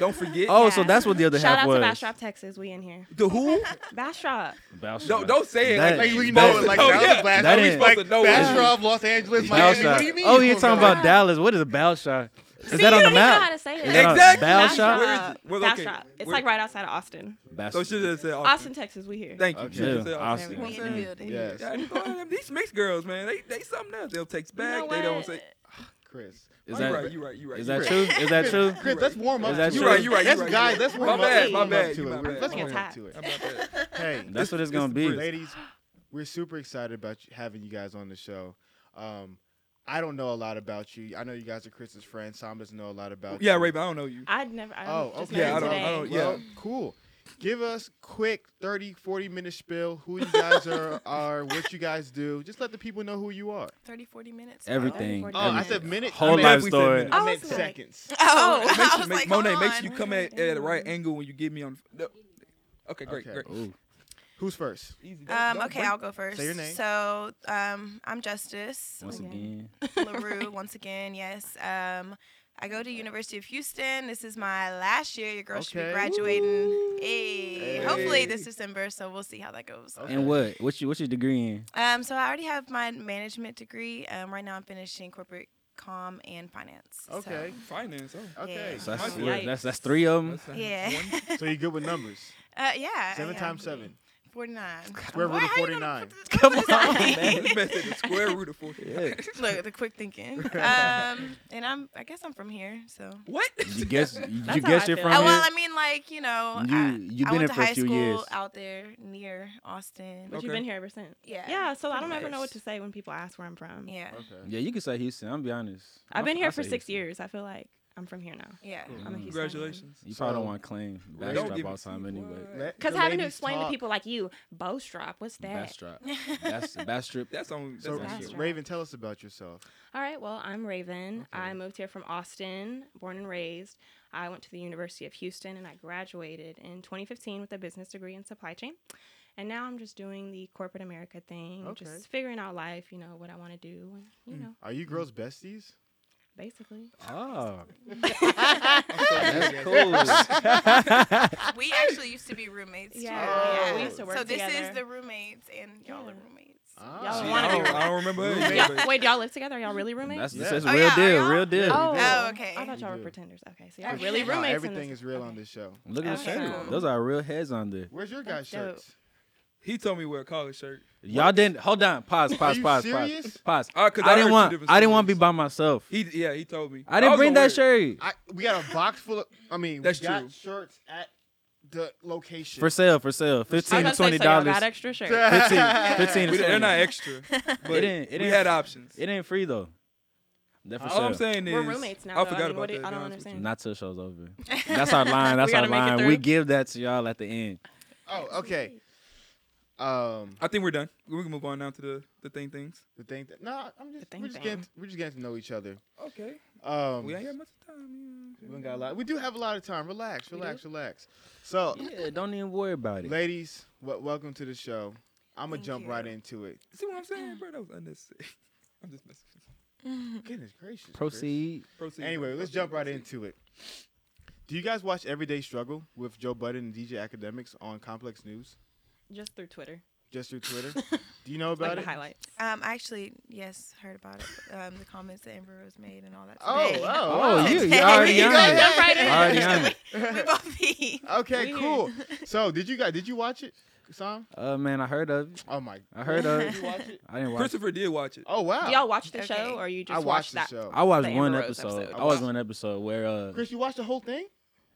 [SPEAKER 3] Don't forget.
[SPEAKER 2] Oh, so that's what the other
[SPEAKER 6] Shout
[SPEAKER 2] half
[SPEAKER 6] out
[SPEAKER 2] was.
[SPEAKER 6] to Bastrop, Texas. We in here.
[SPEAKER 3] The who?
[SPEAKER 6] Bastrop.
[SPEAKER 2] Bastrop.
[SPEAKER 3] Don't, don't say it.
[SPEAKER 2] That-
[SPEAKER 3] like,
[SPEAKER 1] Like we
[SPEAKER 3] you
[SPEAKER 1] know
[SPEAKER 2] That-
[SPEAKER 1] it. Like
[SPEAKER 3] oh,
[SPEAKER 1] that was
[SPEAKER 3] yeah.
[SPEAKER 1] a blast.
[SPEAKER 2] That
[SPEAKER 1] That
[SPEAKER 2] is-
[SPEAKER 1] was like
[SPEAKER 3] supposed to know
[SPEAKER 1] Bastrop, Los Angeles, Miami.
[SPEAKER 2] Bastrop.
[SPEAKER 1] What do you mean?
[SPEAKER 2] Oh, you're talking
[SPEAKER 1] supposed to
[SPEAKER 2] about Dallas. What is a bow shot? Is
[SPEAKER 6] See,
[SPEAKER 2] that
[SPEAKER 6] you
[SPEAKER 2] on the
[SPEAKER 6] don't even know how
[SPEAKER 2] map?
[SPEAKER 6] to say it.
[SPEAKER 2] Is that on
[SPEAKER 3] Exactly.
[SPEAKER 2] Bastrop?
[SPEAKER 3] Where is
[SPEAKER 6] Bastrop.
[SPEAKER 3] it? Well, okay.
[SPEAKER 6] Bastrop. It's
[SPEAKER 3] Where-
[SPEAKER 6] like right outside of Austin.
[SPEAKER 3] So she just said Austin.
[SPEAKER 6] Austin, Texas. We here.
[SPEAKER 3] Thank you.
[SPEAKER 1] Okay.
[SPEAKER 3] She just said
[SPEAKER 2] Yeah,
[SPEAKER 3] Austin.
[SPEAKER 7] We in the building.
[SPEAKER 1] Yes,
[SPEAKER 3] Yeah, you know, These mixed girls, man, they they something else. They'll text
[SPEAKER 6] You
[SPEAKER 3] back.
[SPEAKER 6] know
[SPEAKER 3] they don't
[SPEAKER 6] what?
[SPEAKER 3] say. Oh,
[SPEAKER 1] Chris.
[SPEAKER 2] Is
[SPEAKER 3] you
[SPEAKER 2] that-
[SPEAKER 3] right? You right? You right?
[SPEAKER 2] Is
[SPEAKER 3] you
[SPEAKER 2] that
[SPEAKER 3] right.
[SPEAKER 2] true? Is that true?
[SPEAKER 1] Chris, that's warm up.
[SPEAKER 2] Is that
[SPEAKER 1] to
[SPEAKER 2] you right,
[SPEAKER 1] it.
[SPEAKER 2] you
[SPEAKER 3] right, you
[SPEAKER 1] That's
[SPEAKER 3] right, you
[SPEAKER 1] guys.
[SPEAKER 3] right.
[SPEAKER 1] That's
[SPEAKER 3] My
[SPEAKER 1] warm up.
[SPEAKER 3] bad,
[SPEAKER 1] Let's
[SPEAKER 3] my
[SPEAKER 1] warm up
[SPEAKER 3] bad,
[SPEAKER 1] to
[SPEAKER 3] you
[SPEAKER 1] it.
[SPEAKER 3] my bad.
[SPEAKER 1] Let's
[SPEAKER 6] I'm
[SPEAKER 1] warm up
[SPEAKER 6] attacked.
[SPEAKER 1] to it.
[SPEAKER 3] How about that?
[SPEAKER 1] Hey,
[SPEAKER 2] That's what it's gonna
[SPEAKER 3] the
[SPEAKER 2] be.
[SPEAKER 3] breeze.
[SPEAKER 1] ladies, we're super excited about you, having you guys on the show. Um, I don't know a lot about you. I know you guys are Chris's friends. Sam doesn't know a lot about
[SPEAKER 3] Yeah,
[SPEAKER 1] you.
[SPEAKER 3] Raven, I don't know you.
[SPEAKER 6] I'd never. I
[SPEAKER 1] Oh,
[SPEAKER 6] just
[SPEAKER 1] okay.
[SPEAKER 6] met
[SPEAKER 3] Yeah,
[SPEAKER 6] him
[SPEAKER 3] I don't-
[SPEAKER 6] today.
[SPEAKER 3] I don't-
[SPEAKER 1] Well,
[SPEAKER 3] yeah.
[SPEAKER 1] cool. Give us quick 30, 40 minute spill. Who you guys are, are, what you guys do. Just let the people know who you are.
[SPEAKER 7] 30, 40 minutes.
[SPEAKER 2] Everything.
[SPEAKER 1] Oh, I
[SPEAKER 2] everything.
[SPEAKER 1] said minutes.
[SPEAKER 2] Whole
[SPEAKER 1] I
[SPEAKER 2] life
[SPEAKER 1] meant,
[SPEAKER 3] we said
[SPEAKER 2] story.
[SPEAKER 3] minutes.
[SPEAKER 1] I
[SPEAKER 6] I
[SPEAKER 1] meant
[SPEAKER 6] was like-
[SPEAKER 1] seconds.
[SPEAKER 7] Oh,
[SPEAKER 3] Make
[SPEAKER 7] I
[SPEAKER 3] sure-
[SPEAKER 7] was
[SPEAKER 3] make-
[SPEAKER 7] like,
[SPEAKER 3] Monet,
[SPEAKER 7] hold
[SPEAKER 3] make
[SPEAKER 7] on.
[SPEAKER 3] sure you come at, at the right angle when you get me on. No. Okay, great,
[SPEAKER 1] Okay.
[SPEAKER 3] great.
[SPEAKER 2] Ooh.
[SPEAKER 1] Who's first?
[SPEAKER 3] Easy. Don't-
[SPEAKER 7] Um,
[SPEAKER 3] don't
[SPEAKER 7] okay,
[SPEAKER 3] break-
[SPEAKER 7] I'll go first.
[SPEAKER 1] Say your name.
[SPEAKER 7] So, um, I'm Justice.
[SPEAKER 2] Once
[SPEAKER 6] Okay.
[SPEAKER 2] again,
[SPEAKER 7] LaRue once again. Yes. Um, I go to University of Houston. This is my last year. Your girl should
[SPEAKER 1] Okay.
[SPEAKER 7] be graduating. Hey.
[SPEAKER 1] Hey.
[SPEAKER 7] Hopefully this December, so we'll see how that goes.
[SPEAKER 1] Okay.
[SPEAKER 2] and what? What's your what's your degree in?
[SPEAKER 7] Um, so I already have my management degree. Um, right now I'm finishing corporate comm and finance. so-
[SPEAKER 1] Okay.
[SPEAKER 3] Finance. Oh.
[SPEAKER 1] Okay.
[SPEAKER 2] So that's,
[SPEAKER 6] Yikes.
[SPEAKER 2] yeah, that's that's three of them.
[SPEAKER 3] That's, uh,
[SPEAKER 7] yeah.
[SPEAKER 3] one-
[SPEAKER 1] So you're good with numbers.
[SPEAKER 7] uh, yeah.
[SPEAKER 1] Seven
[SPEAKER 7] yeah.
[SPEAKER 1] times seven.
[SPEAKER 7] 49.
[SPEAKER 1] Square root of
[SPEAKER 7] how you gonna
[SPEAKER 1] 49.
[SPEAKER 7] put the- what
[SPEAKER 2] Come
[SPEAKER 7] does that mean?
[SPEAKER 3] Method is square root of 40.
[SPEAKER 5] Yeah.
[SPEAKER 7] Look, the quick thinking. Um, and I'm, I guess I'm from here, so.
[SPEAKER 3] What?
[SPEAKER 2] You guess you
[SPEAKER 6] how
[SPEAKER 2] guess
[SPEAKER 6] I
[SPEAKER 2] you're
[SPEAKER 6] feel.
[SPEAKER 2] from
[SPEAKER 7] Uh,
[SPEAKER 2] here.
[SPEAKER 7] well, I mean, like you know,
[SPEAKER 2] You-
[SPEAKER 7] I,
[SPEAKER 2] you
[SPEAKER 7] I
[SPEAKER 2] been
[SPEAKER 7] went
[SPEAKER 2] here
[SPEAKER 7] to
[SPEAKER 2] for a
[SPEAKER 7] high
[SPEAKER 2] few
[SPEAKER 7] school
[SPEAKER 2] years.
[SPEAKER 7] out there near Austin.
[SPEAKER 6] But
[SPEAKER 3] Okay.
[SPEAKER 6] you've been here ever since.
[SPEAKER 7] Yeah,
[SPEAKER 6] Yeah, so I
[SPEAKER 7] pretty
[SPEAKER 6] don't ever know
[SPEAKER 7] much.
[SPEAKER 6] what to say when people ask where I'm from.
[SPEAKER 7] Yeah,
[SPEAKER 1] Okay.
[SPEAKER 2] yeah, you can say Houston. I'm gonna be honest.
[SPEAKER 6] I've been
[SPEAKER 2] I- I
[SPEAKER 6] here for
[SPEAKER 2] say
[SPEAKER 6] six
[SPEAKER 2] Houston.
[SPEAKER 6] years. I feel like I'm from here now.
[SPEAKER 7] yeah.
[SPEAKER 2] Mm.
[SPEAKER 6] I'm a Houstonian.
[SPEAKER 3] Congratulations.
[SPEAKER 2] You probably
[SPEAKER 1] So-
[SPEAKER 2] don't want to claim
[SPEAKER 3] Well, don't
[SPEAKER 2] backstrap
[SPEAKER 3] give
[SPEAKER 2] all
[SPEAKER 3] it to
[SPEAKER 2] time
[SPEAKER 3] me.
[SPEAKER 2] anyway.
[SPEAKER 3] What?
[SPEAKER 1] Let
[SPEAKER 6] Because
[SPEAKER 1] the
[SPEAKER 6] having to
[SPEAKER 1] ladies
[SPEAKER 6] explain to
[SPEAKER 1] talk.
[SPEAKER 6] people like you, Bostrop, what's that?
[SPEAKER 2] Backstrap. That's backstrap.
[SPEAKER 3] That's on. That's
[SPEAKER 1] So,
[SPEAKER 3] on
[SPEAKER 6] That's
[SPEAKER 3] you.
[SPEAKER 6] right.
[SPEAKER 1] Raven, tell us about yourself.
[SPEAKER 6] All right, well, I'm Raven. I
[SPEAKER 1] Okay.
[SPEAKER 6] moved here from Austin, born and raised. I went to the University of Houston and I graduated in 2015 with a business degree in supply chain. And now I'm just doing the corporate America thing,
[SPEAKER 1] Okay. Hmm.
[SPEAKER 6] just figuring out life, you know, what I want to do, and, you know,
[SPEAKER 1] Are you girls besties?
[SPEAKER 6] basically.
[SPEAKER 2] Oh,
[SPEAKER 1] That's
[SPEAKER 7] We actually used to be roommates.
[SPEAKER 6] Yeah.
[SPEAKER 7] too.
[SPEAKER 1] Oh. We used
[SPEAKER 6] to work
[SPEAKER 7] So this
[SPEAKER 6] together.
[SPEAKER 7] is the roommates, and y'all are
[SPEAKER 6] Yeah.
[SPEAKER 7] roommates.
[SPEAKER 1] Ah.
[SPEAKER 6] Y'all
[SPEAKER 3] See,
[SPEAKER 6] wanna
[SPEAKER 3] I,
[SPEAKER 6] be
[SPEAKER 3] don't, I don't remember.
[SPEAKER 1] Roommate.
[SPEAKER 3] Hey, but
[SPEAKER 6] Wait, do y'all live together? Are y'all really
[SPEAKER 2] that's
[SPEAKER 6] roommates?
[SPEAKER 1] Yeah.
[SPEAKER 2] that's
[SPEAKER 1] Oh,
[SPEAKER 2] real
[SPEAKER 7] yeah,
[SPEAKER 2] deal.
[SPEAKER 7] y'all-
[SPEAKER 2] Real deal.
[SPEAKER 6] Oh,
[SPEAKER 7] Oh, okay.
[SPEAKER 6] I thought y'all
[SPEAKER 1] We do.
[SPEAKER 6] were pretenders. Okay, so
[SPEAKER 1] Yeah.
[SPEAKER 6] y'all really
[SPEAKER 7] No,
[SPEAKER 1] Nah,
[SPEAKER 6] roommates. in
[SPEAKER 1] everything
[SPEAKER 6] this-
[SPEAKER 1] is real on
[SPEAKER 6] okay.
[SPEAKER 1] this show.
[SPEAKER 2] Look at the
[SPEAKER 7] Okay.
[SPEAKER 2] shirt. Those are real heads on there.
[SPEAKER 1] Where's your guys'
[SPEAKER 6] That's dope.
[SPEAKER 1] shirts?
[SPEAKER 3] he told me wear a collared shirt.
[SPEAKER 2] Y'all didn't. Hold on. Pause.
[SPEAKER 1] Are
[SPEAKER 2] Pause.
[SPEAKER 1] you
[SPEAKER 2] Pause. Pause.
[SPEAKER 1] serious?
[SPEAKER 2] Pause.
[SPEAKER 3] Uh, 'cause
[SPEAKER 2] I
[SPEAKER 3] heard
[SPEAKER 2] didn't
[SPEAKER 3] two
[SPEAKER 2] want.
[SPEAKER 3] different
[SPEAKER 2] I didn't want to be
[SPEAKER 3] stories.
[SPEAKER 2] by myself.
[SPEAKER 3] He yeah, he told me.
[SPEAKER 2] I didn't
[SPEAKER 3] was
[SPEAKER 2] bring
[SPEAKER 3] gonna
[SPEAKER 2] that
[SPEAKER 3] wear
[SPEAKER 2] shirt
[SPEAKER 1] I, we got a box full of. I mean,
[SPEAKER 3] That's
[SPEAKER 1] we got
[SPEAKER 3] true.
[SPEAKER 1] shirts at the location.
[SPEAKER 2] for sale. For sale.
[SPEAKER 6] I
[SPEAKER 2] Fifteen
[SPEAKER 6] was
[SPEAKER 2] to
[SPEAKER 6] gonna
[SPEAKER 2] twenty
[SPEAKER 6] say, so y'all
[SPEAKER 2] dollars.
[SPEAKER 6] got extra shirts.
[SPEAKER 2] Fifteen. Fifteen
[SPEAKER 3] it.
[SPEAKER 2] to
[SPEAKER 3] We- They're
[SPEAKER 2] twenty.
[SPEAKER 3] not extra,
[SPEAKER 2] It
[SPEAKER 3] but
[SPEAKER 2] ain't- it
[SPEAKER 3] we
[SPEAKER 2] ain't-
[SPEAKER 3] had options.
[SPEAKER 2] It ain't free though. That for
[SPEAKER 3] All
[SPEAKER 2] sale.
[SPEAKER 3] I'm saying is,
[SPEAKER 6] We're roommates now.
[SPEAKER 3] I
[SPEAKER 6] though.
[SPEAKER 3] forgot
[SPEAKER 6] mean,
[SPEAKER 3] about
[SPEAKER 6] what do-
[SPEAKER 3] that.
[SPEAKER 6] I
[SPEAKER 3] to
[SPEAKER 6] don't
[SPEAKER 3] be honest with
[SPEAKER 6] understand.
[SPEAKER 2] Not till the show's over. That's our line. That's
[SPEAKER 6] We
[SPEAKER 2] our
[SPEAKER 6] gotta make it
[SPEAKER 2] line.
[SPEAKER 6] through.
[SPEAKER 2] We give that to y'all at the end.
[SPEAKER 1] Oh, okay. Um,
[SPEAKER 3] you. I think we're done. We can move on now to the the thing things.
[SPEAKER 1] the thing that no, I'm just
[SPEAKER 6] thing
[SPEAKER 1] we're just
[SPEAKER 6] thing.
[SPEAKER 1] getting we're just getting to know each other.
[SPEAKER 3] Okay.
[SPEAKER 1] Um,
[SPEAKER 3] We
[SPEAKER 1] we,
[SPEAKER 3] ain't got much time.
[SPEAKER 1] don't got a lot. We do have a lot of time. Relax, relax, relax. So,
[SPEAKER 2] Yeah, don't even worry about it.
[SPEAKER 1] ladies, w- welcome to the show. I'm gonna
[SPEAKER 7] Thank
[SPEAKER 1] jump
[SPEAKER 7] you.
[SPEAKER 1] right into it.
[SPEAKER 3] See what I'm saying, bro? That was unnecessary. I'm just messing.
[SPEAKER 1] Goodness gracious. Chris.
[SPEAKER 2] Proceed.
[SPEAKER 3] Proceed.
[SPEAKER 1] Anyway, let's
[SPEAKER 3] Proceed,
[SPEAKER 1] jump right
[SPEAKER 3] proceed.
[SPEAKER 1] into it. Do you guys watch Everyday Struggle with Joe Budden and DJ Academics on Complex News?
[SPEAKER 6] Just through Twitter,
[SPEAKER 1] Just through Twitter? Do you know
[SPEAKER 6] like
[SPEAKER 1] about
[SPEAKER 6] the
[SPEAKER 1] it?
[SPEAKER 6] highlights.
[SPEAKER 7] Um, I actually, yes, heard about it. Um, the comments that Amber Rose made and all that.
[SPEAKER 1] Oh,
[SPEAKER 7] today.
[SPEAKER 1] wow.
[SPEAKER 2] Oh, you, you
[SPEAKER 7] Okay.
[SPEAKER 2] already on
[SPEAKER 1] Go
[SPEAKER 2] it.
[SPEAKER 1] ahead.
[SPEAKER 6] Jump right in.
[SPEAKER 2] Already on it.
[SPEAKER 7] we both be.
[SPEAKER 1] Okay,
[SPEAKER 6] Weird.
[SPEAKER 1] cool. So, did you guys did you watch it, Sam?
[SPEAKER 2] Uh, man, I heard of. it.
[SPEAKER 1] Oh my!
[SPEAKER 2] I heard of.
[SPEAKER 1] Did
[SPEAKER 2] it.
[SPEAKER 1] you watch it?
[SPEAKER 2] I didn't watch.
[SPEAKER 3] Christopher did watch it.
[SPEAKER 1] Oh wow!
[SPEAKER 6] Do y'all watch the
[SPEAKER 7] Okay.
[SPEAKER 6] show, or you just
[SPEAKER 1] I
[SPEAKER 6] watch
[SPEAKER 1] watched the
[SPEAKER 6] that?
[SPEAKER 1] show.
[SPEAKER 2] I watched
[SPEAKER 6] The Amber
[SPEAKER 2] one
[SPEAKER 6] Rose
[SPEAKER 2] episode.
[SPEAKER 6] episode.
[SPEAKER 2] I watched one episode where uh,
[SPEAKER 1] Chris, you watched the whole thing?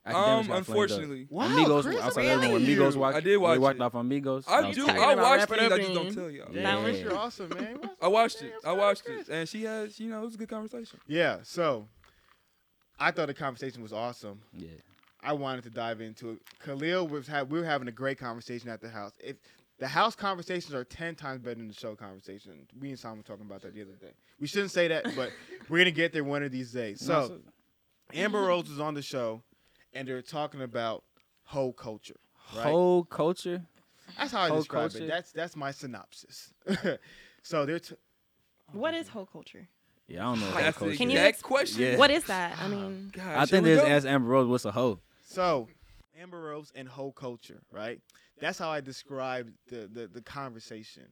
[SPEAKER 2] academics
[SPEAKER 3] um,
[SPEAKER 2] got flamed up.
[SPEAKER 3] unfortunately,
[SPEAKER 1] Wow,
[SPEAKER 2] Amigos,
[SPEAKER 1] Chris,
[SPEAKER 2] I saw
[SPEAKER 1] really?
[SPEAKER 2] that one.
[SPEAKER 1] You-
[SPEAKER 2] Amigos watched.
[SPEAKER 3] I did watch
[SPEAKER 2] they walked
[SPEAKER 3] it.
[SPEAKER 2] off Amigos.
[SPEAKER 3] I
[SPEAKER 2] No,
[SPEAKER 3] do.
[SPEAKER 2] sorry.
[SPEAKER 3] I
[SPEAKER 6] about
[SPEAKER 3] watched
[SPEAKER 6] wrap it
[SPEAKER 3] things.
[SPEAKER 6] up
[SPEAKER 3] I just don't
[SPEAKER 6] then.
[SPEAKER 3] tell y'all.
[SPEAKER 1] Nah, Chris,
[SPEAKER 2] Yeah.
[SPEAKER 1] you're awesome, man. Watch
[SPEAKER 3] I
[SPEAKER 1] the
[SPEAKER 3] watched it.
[SPEAKER 1] damn
[SPEAKER 3] I
[SPEAKER 1] show,
[SPEAKER 3] watched
[SPEAKER 1] Chris.
[SPEAKER 3] it, and she has, you know, it was a good conversation.
[SPEAKER 1] Yeah. So, I thought the conversation was awesome.
[SPEAKER 2] Yeah.
[SPEAKER 1] I wanted to dive into it. Khalil was ha- we were having a great conversation at the house. If the house conversations are ten times better than the show conversation. We and Sam were talking about that the other day. We shouldn't say that, but we're gonna get there one of these days. So. Amber Rose was on the show, and they were talking about hoe culture. Right?
[SPEAKER 2] whole culture.
[SPEAKER 1] that's how I
[SPEAKER 2] hoe
[SPEAKER 1] describe
[SPEAKER 2] culture?
[SPEAKER 1] it. That's that's my synopsis. so they're t-
[SPEAKER 6] What is whole culture?
[SPEAKER 2] Yeah, I don't know. What
[SPEAKER 3] That's
[SPEAKER 2] that
[SPEAKER 3] the
[SPEAKER 2] culture.
[SPEAKER 6] Can
[SPEAKER 3] exact
[SPEAKER 6] you ex-
[SPEAKER 3] question.
[SPEAKER 2] Yeah.
[SPEAKER 6] What is that? I mean,
[SPEAKER 3] Gosh,
[SPEAKER 2] I think
[SPEAKER 3] here we
[SPEAKER 2] there's
[SPEAKER 3] go.
[SPEAKER 2] ask Amber Rose, what's a hoe?
[SPEAKER 1] so Amber Rose and hoe culture. Right. That's how I described the the, the conversation.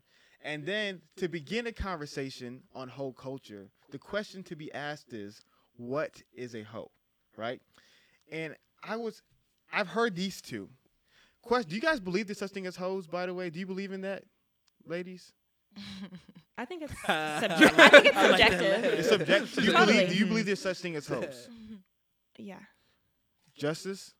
[SPEAKER 1] And then to begin a conversation on hoe culture, the question to be asked is, what is a hoe? Right. And I was, I've heard these two. Question: Do you guys believe there's such thing as hoes? By the way, do you believe in that, ladies?
[SPEAKER 6] I think it's subjective. I think it's subjective.
[SPEAKER 1] It's subjective. Do you
[SPEAKER 6] Totally.
[SPEAKER 1] believe? Do you believe there's such thing as hopes?
[SPEAKER 6] yeah.
[SPEAKER 1] Justice?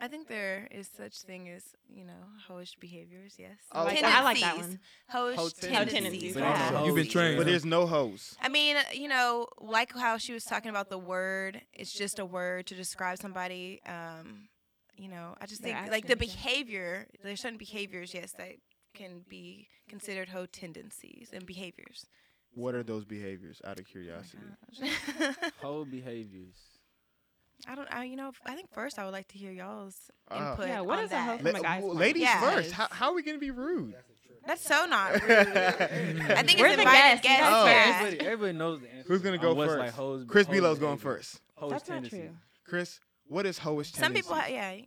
[SPEAKER 7] I think there is such thing as you know hoish behaviors. Yes,
[SPEAKER 1] I like
[SPEAKER 6] that- I like that
[SPEAKER 7] Tendencies.
[SPEAKER 1] Ho
[SPEAKER 7] Hoish
[SPEAKER 1] tendencies.
[SPEAKER 7] tendencies.
[SPEAKER 2] But
[SPEAKER 7] yeah.
[SPEAKER 2] also hoes.
[SPEAKER 3] You've been trained.
[SPEAKER 1] But there's no hoes.
[SPEAKER 7] I mean, you know, like how she was talking about the word, it's just a word to describe somebody. Um, you know, I just
[SPEAKER 6] Their
[SPEAKER 7] think like the
[SPEAKER 6] actions, yeah.
[SPEAKER 7] behavior, there's certain behaviors, yes, that can be considered hoe tendencies and behaviors.
[SPEAKER 1] What are those behaviors? Out of curiosity.
[SPEAKER 2] Hoe behaviors.
[SPEAKER 7] I don't, I, you know, I think first I would like to hear y'all's
[SPEAKER 1] Ah.
[SPEAKER 7] input.
[SPEAKER 6] Yeah, what
[SPEAKER 7] on
[SPEAKER 6] is a
[SPEAKER 7] that.
[SPEAKER 6] hoe-
[SPEAKER 1] La-
[SPEAKER 6] my guy's
[SPEAKER 1] well,
[SPEAKER 6] fine.
[SPEAKER 1] ladies
[SPEAKER 7] Yeah.
[SPEAKER 1] first. How, how are we gonna be rude?
[SPEAKER 7] That's so not rude. I
[SPEAKER 1] I
[SPEAKER 7] think
[SPEAKER 6] We're
[SPEAKER 7] it's
[SPEAKER 6] the
[SPEAKER 7] invited
[SPEAKER 1] guys
[SPEAKER 6] guests, you
[SPEAKER 7] guests. yeah.
[SPEAKER 2] Everybody, everybody knows the answer.
[SPEAKER 1] Who's gonna go
[SPEAKER 2] on what's
[SPEAKER 1] first?
[SPEAKER 2] Like hoes,
[SPEAKER 1] Chris
[SPEAKER 2] hoes
[SPEAKER 1] Belo's going
[SPEAKER 2] behavior.
[SPEAKER 1] first.
[SPEAKER 2] Hoes
[SPEAKER 6] That's not
[SPEAKER 2] tendencies.
[SPEAKER 6] true.
[SPEAKER 1] Chris, what is hoish
[SPEAKER 7] Some
[SPEAKER 1] tendencies?
[SPEAKER 7] people, ha- yeah.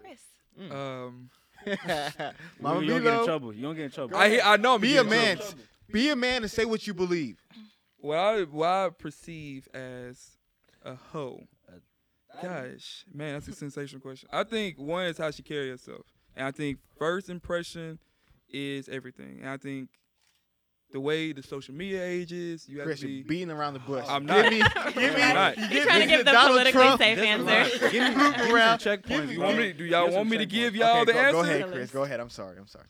[SPEAKER 7] Chris.
[SPEAKER 6] Mm.
[SPEAKER 3] Um,
[SPEAKER 1] people.
[SPEAKER 2] Mama
[SPEAKER 1] Mama
[SPEAKER 2] you don't get in
[SPEAKER 1] Milo,
[SPEAKER 2] trouble. You don't get in trouble.
[SPEAKER 3] I hear- I know. I'm
[SPEAKER 1] be a
[SPEAKER 3] getting
[SPEAKER 1] man.
[SPEAKER 3] trouble.
[SPEAKER 1] Be a man and say what you believe.
[SPEAKER 3] What I what I perceive as a hoe. Gosh, man, that's a sensational question. I think one is how she carries herself, And I think first impression is everything. And I think the way the social media age is, you have
[SPEAKER 1] Chris,
[SPEAKER 3] to be.
[SPEAKER 1] you're beating around the bush.
[SPEAKER 3] I'm
[SPEAKER 1] Give
[SPEAKER 3] not.
[SPEAKER 1] me, give me,
[SPEAKER 3] I'm not.
[SPEAKER 1] you
[SPEAKER 6] He's trying to
[SPEAKER 1] me
[SPEAKER 6] give the
[SPEAKER 1] Donald
[SPEAKER 6] politically
[SPEAKER 1] Trump.
[SPEAKER 6] safe
[SPEAKER 2] That's
[SPEAKER 6] answer.
[SPEAKER 2] Give me,
[SPEAKER 1] Loop
[SPEAKER 2] give me some
[SPEAKER 1] around.
[SPEAKER 2] checkpoints.
[SPEAKER 3] You want me to, do y'all
[SPEAKER 2] Give some
[SPEAKER 3] want me to
[SPEAKER 2] checkpoints.
[SPEAKER 3] give y'all
[SPEAKER 1] okay,
[SPEAKER 3] the
[SPEAKER 1] go,
[SPEAKER 3] answer?
[SPEAKER 1] go ahead,
[SPEAKER 6] Release.
[SPEAKER 1] Chris. Go ahead. I'm sorry. I'm sorry.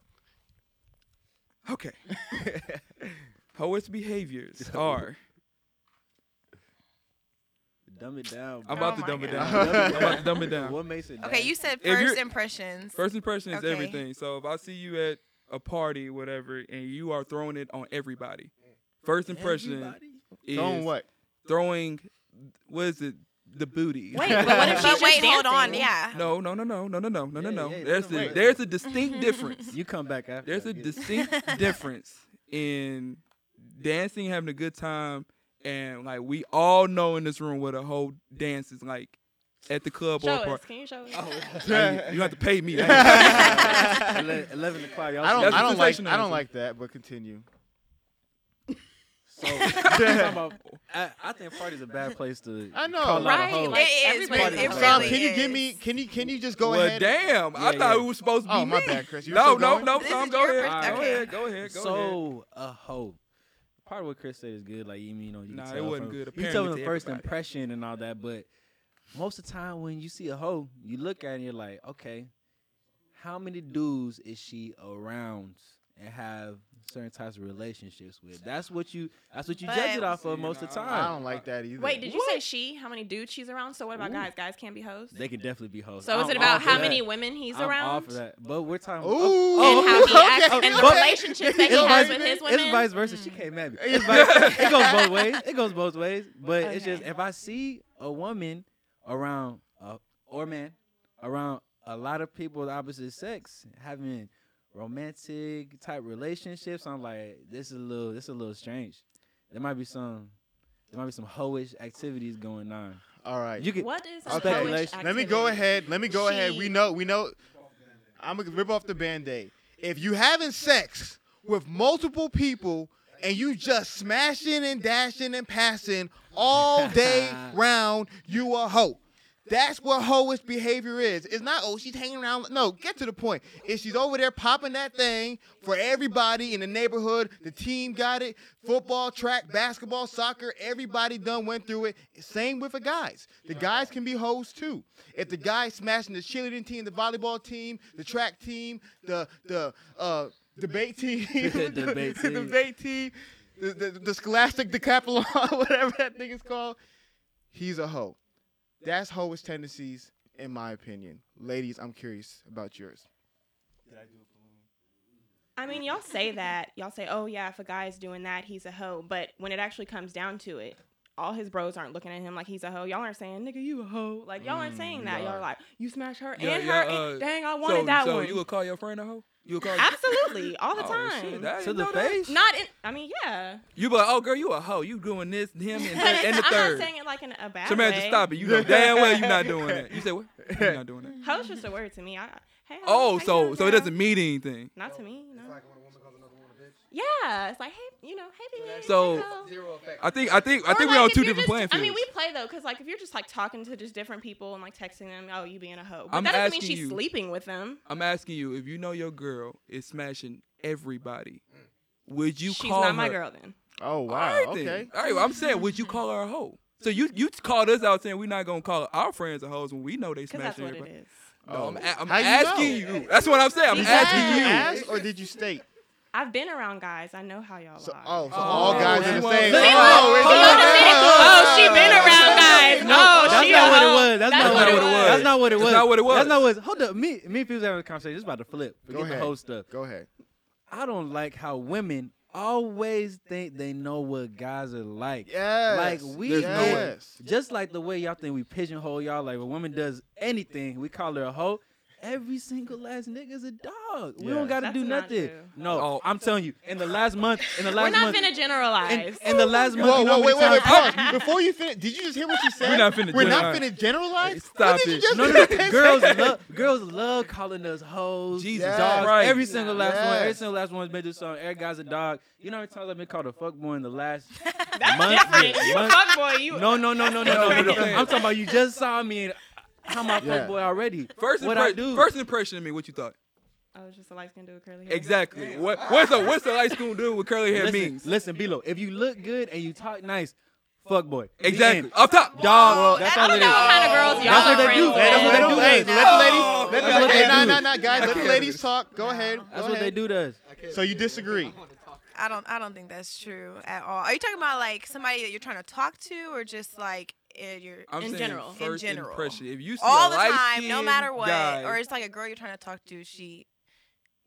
[SPEAKER 3] Okay. Poets' behaviors are.
[SPEAKER 2] Dumb it down.
[SPEAKER 3] I'm
[SPEAKER 2] bro.
[SPEAKER 3] about
[SPEAKER 7] Oh
[SPEAKER 3] to dumb it
[SPEAKER 7] my
[SPEAKER 3] down.
[SPEAKER 1] God.
[SPEAKER 3] I'm about to dumb it down.
[SPEAKER 2] What makes it?
[SPEAKER 7] Okay,
[SPEAKER 2] dumb?
[SPEAKER 7] you said
[SPEAKER 3] If you're-
[SPEAKER 7] first impressions.
[SPEAKER 3] First impression is
[SPEAKER 7] Okay.
[SPEAKER 3] everything. So if I see you at a party, whatever, and you are throwing it on everybody, first impression is
[SPEAKER 1] Going what?
[SPEAKER 3] throwing. What is it? The booty.
[SPEAKER 6] Wait,
[SPEAKER 7] but what if
[SPEAKER 6] she's
[SPEAKER 7] but
[SPEAKER 6] just
[SPEAKER 7] wait, hold on.
[SPEAKER 6] dancing?
[SPEAKER 7] Yeah.
[SPEAKER 3] No, no, no, no, no, no, no, no, no,
[SPEAKER 2] Yeah,
[SPEAKER 3] no.
[SPEAKER 2] yeah,
[SPEAKER 3] There's
[SPEAKER 2] no,
[SPEAKER 3] a
[SPEAKER 2] wait.
[SPEAKER 3] there's a distinct difference.
[SPEAKER 2] You come back after.
[SPEAKER 3] There's
[SPEAKER 2] I
[SPEAKER 3] a
[SPEAKER 2] get it.
[SPEAKER 3] distinct difference in dancing, having a good time, and like we all know in this room what a whole dance is like at the club
[SPEAKER 6] Show
[SPEAKER 3] or a
[SPEAKER 6] us.
[SPEAKER 3] party.
[SPEAKER 6] Can you show us?
[SPEAKER 3] Hey, you have to pay me. I ain't-
[SPEAKER 2] Ele- Eleven o'clock. Y'all
[SPEAKER 1] I
[SPEAKER 2] see-
[SPEAKER 1] don't.
[SPEAKER 3] That's
[SPEAKER 1] I don't like.
[SPEAKER 3] sensationalism.
[SPEAKER 1] I don't like that. But continue.
[SPEAKER 2] So, talking about, I, I think party's a bad place to.
[SPEAKER 1] I know.
[SPEAKER 2] call out a
[SPEAKER 6] Right,
[SPEAKER 2] hoe.
[SPEAKER 6] like-
[SPEAKER 7] It is, but
[SPEAKER 6] everybody
[SPEAKER 7] it
[SPEAKER 6] does.
[SPEAKER 1] Tom,
[SPEAKER 7] really
[SPEAKER 1] can you give
[SPEAKER 7] is.
[SPEAKER 1] me? Can you? Can you just go
[SPEAKER 3] well,
[SPEAKER 1] ahead?
[SPEAKER 3] damn. I
[SPEAKER 2] Yeah,
[SPEAKER 3] thought
[SPEAKER 2] yeah.
[SPEAKER 3] it was supposed to be
[SPEAKER 1] Oh my
[SPEAKER 3] me.
[SPEAKER 1] bad, Chris. You were
[SPEAKER 3] No,
[SPEAKER 1] still
[SPEAKER 3] no,
[SPEAKER 1] going?
[SPEAKER 3] no,
[SPEAKER 7] This
[SPEAKER 3] Tom,
[SPEAKER 7] is
[SPEAKER 3] go
[SPEAKER 7] your
[SPEAKER 3] ahead.
[SPEAKER 7] first-
[SPEAKER 3] Go
[SPEAKER 7] okay.
[SPEAKER 3] ahead. Go ahead. Go ahead.
[SPEAKER 2] so a hoe. Part of what Chris said is good. Like you, you know, you can
[SPEAKER 3] Nah, it
[SPEAKER 2] tell
[SPEAKER 3] wasn't
[SPEAKER 2] from-
[SPEAKER 3] good
[SPEAKER 2] You can tell
[SPEAKER 3] apparently
[SPEAKER 2] from
[SPEAKER 3] to
[SPEAKER 2] the first
[SPEAKER 3] everybody.
[SPEAKER 2] impression and all that, but most of the time when you see a hoe, you look at it and you're like, okay, how many dudes is she around and have certain types of relationships with? That's what you. That's what you judge it
[SPEAKER 7] But-
[SPEAKER 2] off of most of the
[SPEAKER 3] See, nah,
[SPEAKER 1] I
[SPEAKER 2] time.
[SPEAKER 1] don't like that either.
[SPEAKER 6] Wait, did you say she? How many dudes she's around? So what about guys? Guys can't be hoes.
[SPEAKER 2] They can definitely be hoes.
[SPEAKER 6] So is
[SPEAKER 2] I'm
[SPEAKER 6] it
[SPEAKER 2] all
[SPEAKER 6] about
[SPEAKER 2] for
[SPEAKER 6] how
[SPEAKER 2] that.
[SPEAKER 6] many women he's
[SPEAKER 2] I'm all
[SPEAKER 6] around?
[SPEAKER 2] for that. But we're talking.
[SPEAKER 1] Ooh.
[SPEAKER 6] And how he acts
[SPEAKER 1] okay,
[SPEAKER 6] in the
[SPEAKER 1] okay.
[SPEAKER 6] relationships that he
[SPEAKER 2] It's
[SPEAKER 6] has
[SPEAKER 2] vice-
[SPEAKER 6] with his
[SPEAKER 2] It's vice
[SPEAKER 6] women.
[SPEAKER 2] versa. She came at me. It's vice- it goes both ways. It goes both ways. But it's just if I see a woman around a, or man around a lot of people of the opposite sex having romantic type relationships, I'm like, this is a little, this is a little strange. There might be some, there might be some hoish activities going on.
[SPEAKER 1] All right.
[SPEAKER 2] You can
[SPEAKER 6] What is a
[SPEAKER 2] Okay.
[SPEAKER 6] hoish
[SPEAKER 2] Speculation.
[SPEAKER 1] Let me go
[SPEAKER 6] activity?
[SPEAKER 1] ahead. Let me go ahead. We
[SPEAKER 6] She-
[SPEAKER 1] know. We know. I'm gonna rip off the band-aid. If you having sex with multiple people and you just smashing and dashing and passing all day round, you a hoe. That's what hoish behavior is. It's not oh she's hanging around. No, get to the point. If she's over there popping that thing for everybody in the neighborhood, the team got it. Football, track, basketball, soccer, everybody done went through it. Same with the guys. The guys can be hoes too. If the guy's smashing the cheerleading team, the volleyball team, the track team, the the uh debate team,
[SPEAKER 2] The debate team.
[SPEAKER 1] debate team, the, the, the scholastic decathlon, whatever that thing is called, he's a hoe. That's hoish tendencies, in my opinion. Ladies, I'm curious about yours.
[SPEAKER 6] I mean, y'all say that. Y'all say, oh, yeah, if a guy's doing that, he's a hoe. But when it actually comes down to it, all his bros aren't looking at him like he's a hoe. Y'all aren't saying, nigga, you a hoe. Like, y'all aren't saying that. Y'all are like, you smashed her
[SPEAKER 3] Mm, Yeah,
[SPEAKER 6] and
[SPEAKER 3] yeah,
[SPEAKER 6] her.
[SPEAKER 3] uh,
[SPEAKER 6] and, dang, I wanted
[SPEAKER 3] so,
[SPEAKER 6] that
[SPEAKER 3] so
[SPEAKER 6] one.
[SPEAKER 3] you would call your friend a hoe? You would call
[SPEAKER 6] Absolutely. All the
[SPEAKER 3] Oh,
[SPEAKER 6] time.
[SPEAKER 3] shit, I didn't
[SPEAKER 2] to the
[SPEAKER 3] know that.
[SPEAKER 2] face.
[SPEAKER 6] Not in, I mean, yeah.
[SPEAKER 3] You be like, oh girl, you a hoe. You doing this, him, and,
[SPEAKER 6] But
[SPEAKER 3] th- and the
[SPEAKER 6] I'm
[SPEAKER 3] third.
[SPEAKER 6] not saying it like in a bad
[SPEAKER 3] Samantha,
[SPEAKER 6] way.
[SPEAKER 3] stop it. You know damn well you're not doing that. You said what? You're not doing that.
[SPEAKER 6] Hoe's just a word to me. I, hey, hoe,
[SPEAKER 3] Oh,
[SPEAKER 6] how you
[SPEAKER 3] so
[SPEAKER 6] doing,
[SPEAKER 3] so it
[SPEAKER 6] girl?
[SPEAKER 3] doesn't mean anything.
[SPEAKER 6] Not to me. No. Yeah, it's like hey, you know, hey, baby.
[SPEAKER 3] So-
[SPEAKER 6] hey, hoe.
[SPEAKER 3] I think I think I
[SPEAKER 6] Or,
[SPEAKER 3] think
[SPEAKER 6] like,
[SPEAKER 3] we're on
[SPEAKER 6] if
[SPEAKER 3] two
[SPEAKER 6] you're
[SPEAKER 3] different
[SPEAKER 6] just-
[SPEAKER 3] playing fields.
[SPEAKER 6] I mean, we play though, because like if you're just like talking to just different people and like texting them, oh, you being a hoe, but
[SPEAKER 3] I'm
[SPEAKER 6] that doesn't mean
[SPEAKER 3] asking
[SPEAKER 6] she's
[SPEAKER 3] you.
[SPEAKER 6] sleeping with them.
[SPEAKER 3] I'm asking you if you know your girl is smashing everybody, would you
[SPEAKER 6] she's
[SPEAKER 3] call
[SPEAKER 6] not my
[SPEAKER 3] her-
[SPEAKER 6] girl then.
[SPEAKER 1] Oh wow.
[SPEAKER 3] All right, then.
[SPEAKER 1] okay.
[SPEAKER 3] All right, well, I'm saying would you call her a hoe? So you you called us out saying we're not gonna call our friends a hoes when we know they
[SPEAKER 6] Because that's
[SPEAKER 3] smashing
[SPEAKER 6] what it
[SPEAKER 3] everybody.
[SPEAKER 6] is.
[SPEAKER 3] No, I'm, a- I'm
[SPEAKER 1] How you
[SPEAKER 3] asking
[SPEAKER 1] know?
[SPEAKER 3] you. That's what I'm saying. I'm
[SPEAKER 6] Because-
[SPEAKER 3] asking
[SPEAKER 1] Did
[SPEAKER 3] you.
[SPEAKER 1] you ask or did you state?
[SPEAKER 6] I've been around guys. I know how y'all
[SPEAKER 1] So,
[SPEAKER 6] are.
[SPEAKER 1] oh, so all
[SPEAKER 3] Oh,
[SPEAKER 1] guys are the same.
[SPEAKER 3] man. See,
[SPEAKER 1] Oh,
[SPEAKER 3] look,
[SPEAKER 1] it's
[SPEAKER 3] see,
[SPEAKER 1] all
[SPEAKER 3] look,
[SPEAKER 1] guys.
[SPEAKER 3] see,
[SPEAKER 6] Oh, she been around guys. oh,
[SPEAKER 2] that's
[SPEAKER 6] she
[SPEAKER 2] not
[SPEAKER 6] a
[SPEAKER 2] what it
[SPEAKER 6] hoe.
[SPEAKER 2] was. That's, not, what it was. That's not what it
[SPEAKER 3] That's
[SPEAKER 2] was.
[SPEAKER 3] not what it was.
[SPEAKER 2] That's not what. it- Hold up. Me, me and people having a conversation. It's about to flip. Forget
[SPEAKER 1] ahead.
[SPEAKER 2] the whole stuff.
[SPEAKER 1] Go ahead.
[SPEAKER 2] I don't like how women always think they know what guys are like.
[SPEAKER 1] Yes.
[SPEAKER 2] Like we
[SPEAKER 1] There's no
[SPEAKER 2] get-
[SPEAKER 1] yes.
[SPEAKER 2] Just like the way y'all think we pigeonhole y'all. Like a woman does anything, we call her a hoe. Every single last nigga's a dog. We
[SPEAKER 1] Yeah.
[SPEAKER 2] don't gotta
[SPEAKER 6] That's
[SPEAKER 2] do
[SPEAKER 6] not
[SPEAKER 2] nothing.
[SPEAKER 6] true.
[SPEAKER 2] No, I'm telling you. In the last month, in the last
[SPEAKER 6] We're not
[SPEAKER 2] month,
[SPEAKER 6] gonna generalize.
[SPEAKER 2] in, in the last month,
[SPEAKER 1] Whoa,
[SPEAKER 2] you know
[SPEAKER 1] whoa,
[SPEAKER 2] how
[SPEAKER 1] wait,
[SPEAKER 2] many
[SPEAKER 1] wait, wait,
[SPEAKER 2] times-
[SPEAKER 1] pause. Before you finish, did you just hear what you said?
[SPEAKER 3] We're not finna
[SPEAKER 1] We're not
[SPEAKER 3] generalize.
[SPEAKER 1] finna generalize.
[SPEAKER 3] Stop
[SPEAKER 1] what did you
[SPEAKER 3] it.
[SPEAKER 1] just
[SPEAKER 2] No, no, no.
[SPEAKER 1] say?
[SPEAKER 2] girls love girls love calling us hoes.
[SPEAKER 3] Jesus
[SPEAKER 2] dogs.
[SPEAKER 3] Christ.
[SPEAKER 2] Every single last one. Every
[SPEAKER 1] Yes.
[SPEAKER 2] single last one's been through something. Every guy's a dog. You know how many times I've been called a fuckboy in the last
[SPEAKER 6] That's
[SPEAKER 2] month?
[SPEAKER 6] different. You
[SPEAKER 2] month-
[SPEAKER 6] fuckboy. You
[SPEAKER 2] No, no, no, no, no, no, no.
[SPEAKER 3] No, no.
[SPEAKER 2] I'm talking about you just saw me and I'm a
[SPEAKER 1] Yeah.
[SPEAKER 2] fuckboy already.
[SPEAKER 3] First,
[SPEAKER 2] what
[SPEAKER 3] impre-
[SPEAKER 2] I do.
[SPEAKER 3] first impression of me, what you thought?
[SPEAKER 6] Oh, it's just a light skin dude with curly hair.
[SPEAKER 3] Exactly. What what's a what's a light school dude with curly hair
[SPEAKER 2] listen,
[SPEAKER 3] means?
[SPEAKER 2] Listen, Bilo, if you look good and you talk nice, fuck boy. The
[SPEAKER 3] Exactly.
[SPEAKER 2] end.
[SPEAKER 3] Up top.
[SPEAKER 2] Dog, Oh, that's
[SPEAKER 7] I
[SPEAKER 2] all
[SPEAKER 7] don't
[SPEAKER 2] it
[SPEAKER 7] know what
[SPEAKER 2] is.
[SPEAKER 7] kind of girls y'all
[SPEAKER 2] That's what
[SPEAKER 7] are
[SPEAKER 2] they
[SPEAKER 7] friends
[SPEAKER 2] do.
[SPEAKER 7] with.
[SPEAKER 2] That's what they do.
[SPEAKER 1] Hey, let
[SPEAKER 2] Hey,
[SPEAKER 1] the ladies. Let
[SPEAKER 2] That's
[SPEAKER 1] the
[SPEAKER 2] what they
[SPEAKER 1] ladies. Nah,
[SPEAKER 2] do.
[SPEAKER 1] nah, nah, guys. Let the ladies talk. Go ahead.
[SPEAKER 2] That's
[SPEAKER 1] go
[SPEAKER 2] what they
[SPEAKER 1] ahead.
[SPEAKER 2] do to us.
[SPEAKER 1] So you disagree?
[SPEAKER 7] I don't. I don't think that's true at all. Are you talking about like somebody that you're trying to talk to, or just like eh, you're
[SPEAKER 3] I'm
[SPEAKER 6] In
[SPEAKER 3] saying
[SPEAKER 6] general. In
[SPEAKER 3] First
[SPEAKER 7] general.
[SPEAKER 3] impression. If you see
[SPEAKER 7] all
[SPEAKER 3] a
[SPEAKER 7] the time, no
[SPEAKER 3] light-skinned
[SPEAKER 7] matter what,
[SPEAKER 3] guy,
[SPEAKER 7] or it's like a girl you're trying to talk to, she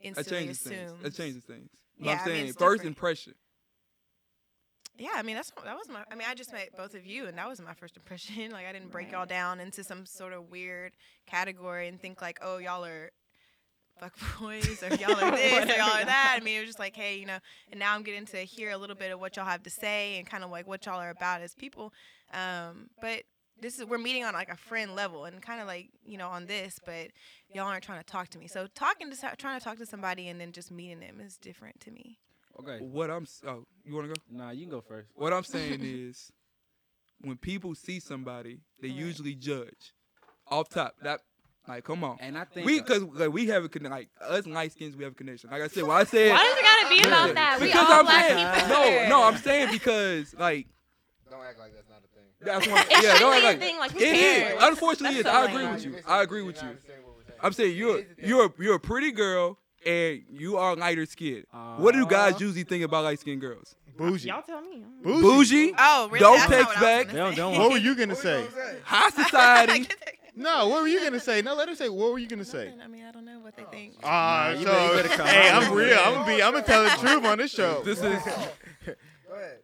[SPEAKER 3] that
[SPEAKER 7] instantly
[SPEAKER 3] changes things.
[SPEAKER 7] assumes.
[SPEAKER 3] That changes things. But
[SPEAKER 7] Yeah, I
[SPEAKER 3] I'm
[SPEAKER 7] mean,
[SPEAKER 3] saying
[SPEAKER 7] it's
[SPEAKER 3] first
[SPEAKER 7] different.
[SPEAKER 3] impression.
[SPEAKER 7] Yeah, I mean that's that was my. I mean I just met both of you, and that was my first impression. Like I didn't break y'all down into some sort of weird category and think like, oh y'all are fuck boys or y'all are this or
[SPEAKER 6] Whatever
[SPEAKER 7] y'all are
[SPEAKER 6] y'all
[SPEAKER 7] that. I mean it was just like, hey, you know. And now I'm getting to hear a little bit of what y'all have to say and kind of like what y'all are about as people. Um, but this is we're meeting on like a friend level and kind of like you know on this, but y'all aren't trying to talk to me. So talking to so- trying to talk to somebody and then just meeting them is different to me.
[SPEAKER 2] Okay.
[SPEAKER 3] What I'm s- oh, you wanna go?
[SPEAKER 2] Nah, you can go first.
[SPEAKER 3] What I'm saying is, when people see somebody, they usually judge off top. That like, come on,
[SPEAKER 2] And I think
[SPEAKER 3] we because like, we have a connection. Like us light skins, we have a connection. Like I said, well, I said.
[SPEAKER 6] Why does it gotta be about that? We
[SPEAKER 3] Because
[SPEAKER 6] all
[SPEAKER 3] I'm
[SPEAKER 6] black
[SPEAKER 3] saying-
[SPEAKER 6] people.
[SPEAKER 3] No,
[SPEAKER 6] here.
[SPEAKER 3] no, I'm saying because like
[SPEAKER 4] Don't act like that's not a thing.
[SPEAKER 3] that's one.
[SPEAKER 6] It
[SPEAKER 3] yeah,
[SPEAKER 6] shouldn't
[SPEAKER 3] don't
[SPEAKER 6] be a
[SPEAKER 3] like,
[SPEAKER 6] thing, like, who
[SPEAKER 3] it is.
[SPEAKER 6] cares?
[SPEAKER 3] Unfortunately, it is.
[SPEAKER 6] That's
[SPEAKER 3] I
[SPEAKER 6] so
[SPEAKER 3] agree
[SPEAKER 6] lame.
[SPEAKER 3] with you. I agree with you. I'm saying you're
[SPEAKER 4] It is a thing.
[SPEAKER 3] you're you're a pretty girl and you are lighter skinned. what do guys usually think about light skinned girls?
[SPEAKER 1] Bougie.
[SPEAKER 6] Y'all tell me.
[SPEAKER 3] Bougie,
[SPEAKER 7] Oh, really?
[SPEAKER 3] Don't
[SPEAKER 7] That's not
[SPEAKER 3] text
[SPEAKER 7] what I was
[SPEAKER 3] back.
[SPEAKER 7] gonna
[SPEAKER 2] They don't-
[SPEAKER 7] say.
[SPEAKER 2] don't
[SPEAKER 1] What were you gonna say?
[SPEAKER 3] high society.
[SPEAKER 1] No, what were you gonna say? No, let her say. What were you gonna say?
[SPEAKER 7] I mean, I don't know what they think.
[SPEAKER 1] Ah,
[SPEAKER 2] you better- you better
[SPEAKER 1] so
[SPEAKER 2] come
[SPEAKER 1] hey,
[SPEAKER 2] out
[SPEAKER 1] I'm
[SPEAKER 2] with
[SPEAKER 1] real. I'm gonna be. I'm gonna tell the truth on this show.
[SPEAKER 3] This is
[SPEAKER 4] Go ahead.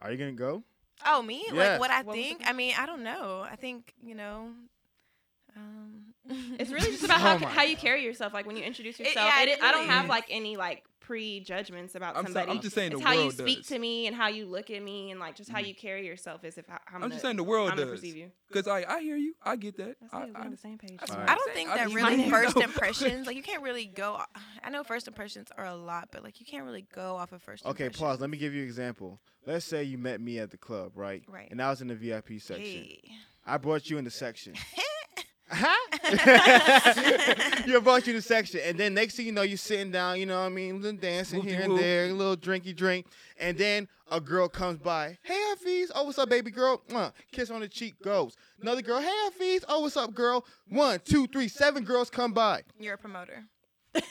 [SPEAKER 1] Are you gonna go?
[SPEAKER 7] Oh, me?
[SPEAKER 1] Yeah.
[SPEAKER 7] Like what I
[SPEAKER 6] What was the
[SPEAKER 7] think? I mean, I don't know. I think you know. Um,
[SPEAKER 6] It's really just about how,
[SPEAKER 1] Oh my
[SPEAKER 6] how you carry yourself. Like when you introduce
[SPEAKER 7] It- yeah,
[SPEAKER 6] yourself,
[SPEAKER 7] it
[SPEAKER 6] it, I don't
[SPEAKER 7] really
[SPEAKER 6] have
[SPEAKER 7] is.
[SPEAKER 6] like any like prejudgments about
[SPEAKER 3] I'm so-
[SPEAKER 6] somebody.
[SPEAKER 3] I'm just saying
[SPEAKER 6] it's
[SPEAKER 3] the
[SPEAKER 6] how you
[SPEAKER 3] world
[SPEAKER 6] speak
[SPEAKER 3] does. Mm.
[SPEAKER 6] to me and how you look at me and like just how you carry yourself is if how, how I'm,
[SPEAKER 3] I'm
[SPEAKER 6] gonna-
[SPEAKER 3] just saying the world
[SPEAKER 6] I'm gonna
[SPEAKER 3] does.
[SPEAKER 6] perceive you.
[SPEAKER 3] Cause I I hear you. I get that.
[SPEAKER 6] That's
[SPEAKER 3] I,
[SPEAKER 6] it. We're
[SPEAKER 3] I,
[SPEAKER 6] on the same page.
[SPEAKER 3] that's
[SPEAKER 1] All
[SPEAKER 3] what
[SPEAKER 1] right.
[SPEAKER 7] I
[SPEAKER 3] I'm
[SPEAKER 7] don't
[SPEAKER 3] saying.
[SPEAKER 7] think
[SPEAKER 3] I
[SPEAKER 7] that
[SPEAKER 3] just
[SPEAKER 7] really
[SPEAKER 3] didn't
[SPEAKER 7] first
[SPEAKER 3] know.
[SPEAKER 7] impressions. Like you can't really go. I know first impressions are a lot, but like you can't really go off of first.
[SPEAKER 1] Okay,
[SPEAKER 7] impressions.
[SPEAKER 1] pause. Let me give you an example. Let's say you met me at the club, right?
[SPEAKER 7] Right.
[SPEAKER 1] And I was in the VIP section.
[SPEAKER 7] Hey.
[SPEAKER 1] I brought you in the section. Huh? you brought you in the section, and then next thing you know, you're sitting down. You know what I mean? Little dancing here and
[SPEAKER 3] Whoop-de-whoop.
[SPEAKER 1] there, a little drinky drink, and then a girl comes by. Hey, Hafiz. Oh, what's up, baby girl? Mwah. Kiss on the cheek goes. Another girl. Hey, Hafiz. Oh, what's up, girl? One, two, three, seven girls come by.
[SPEAKER 7] You're a promoter.
[SPEAKER 3] You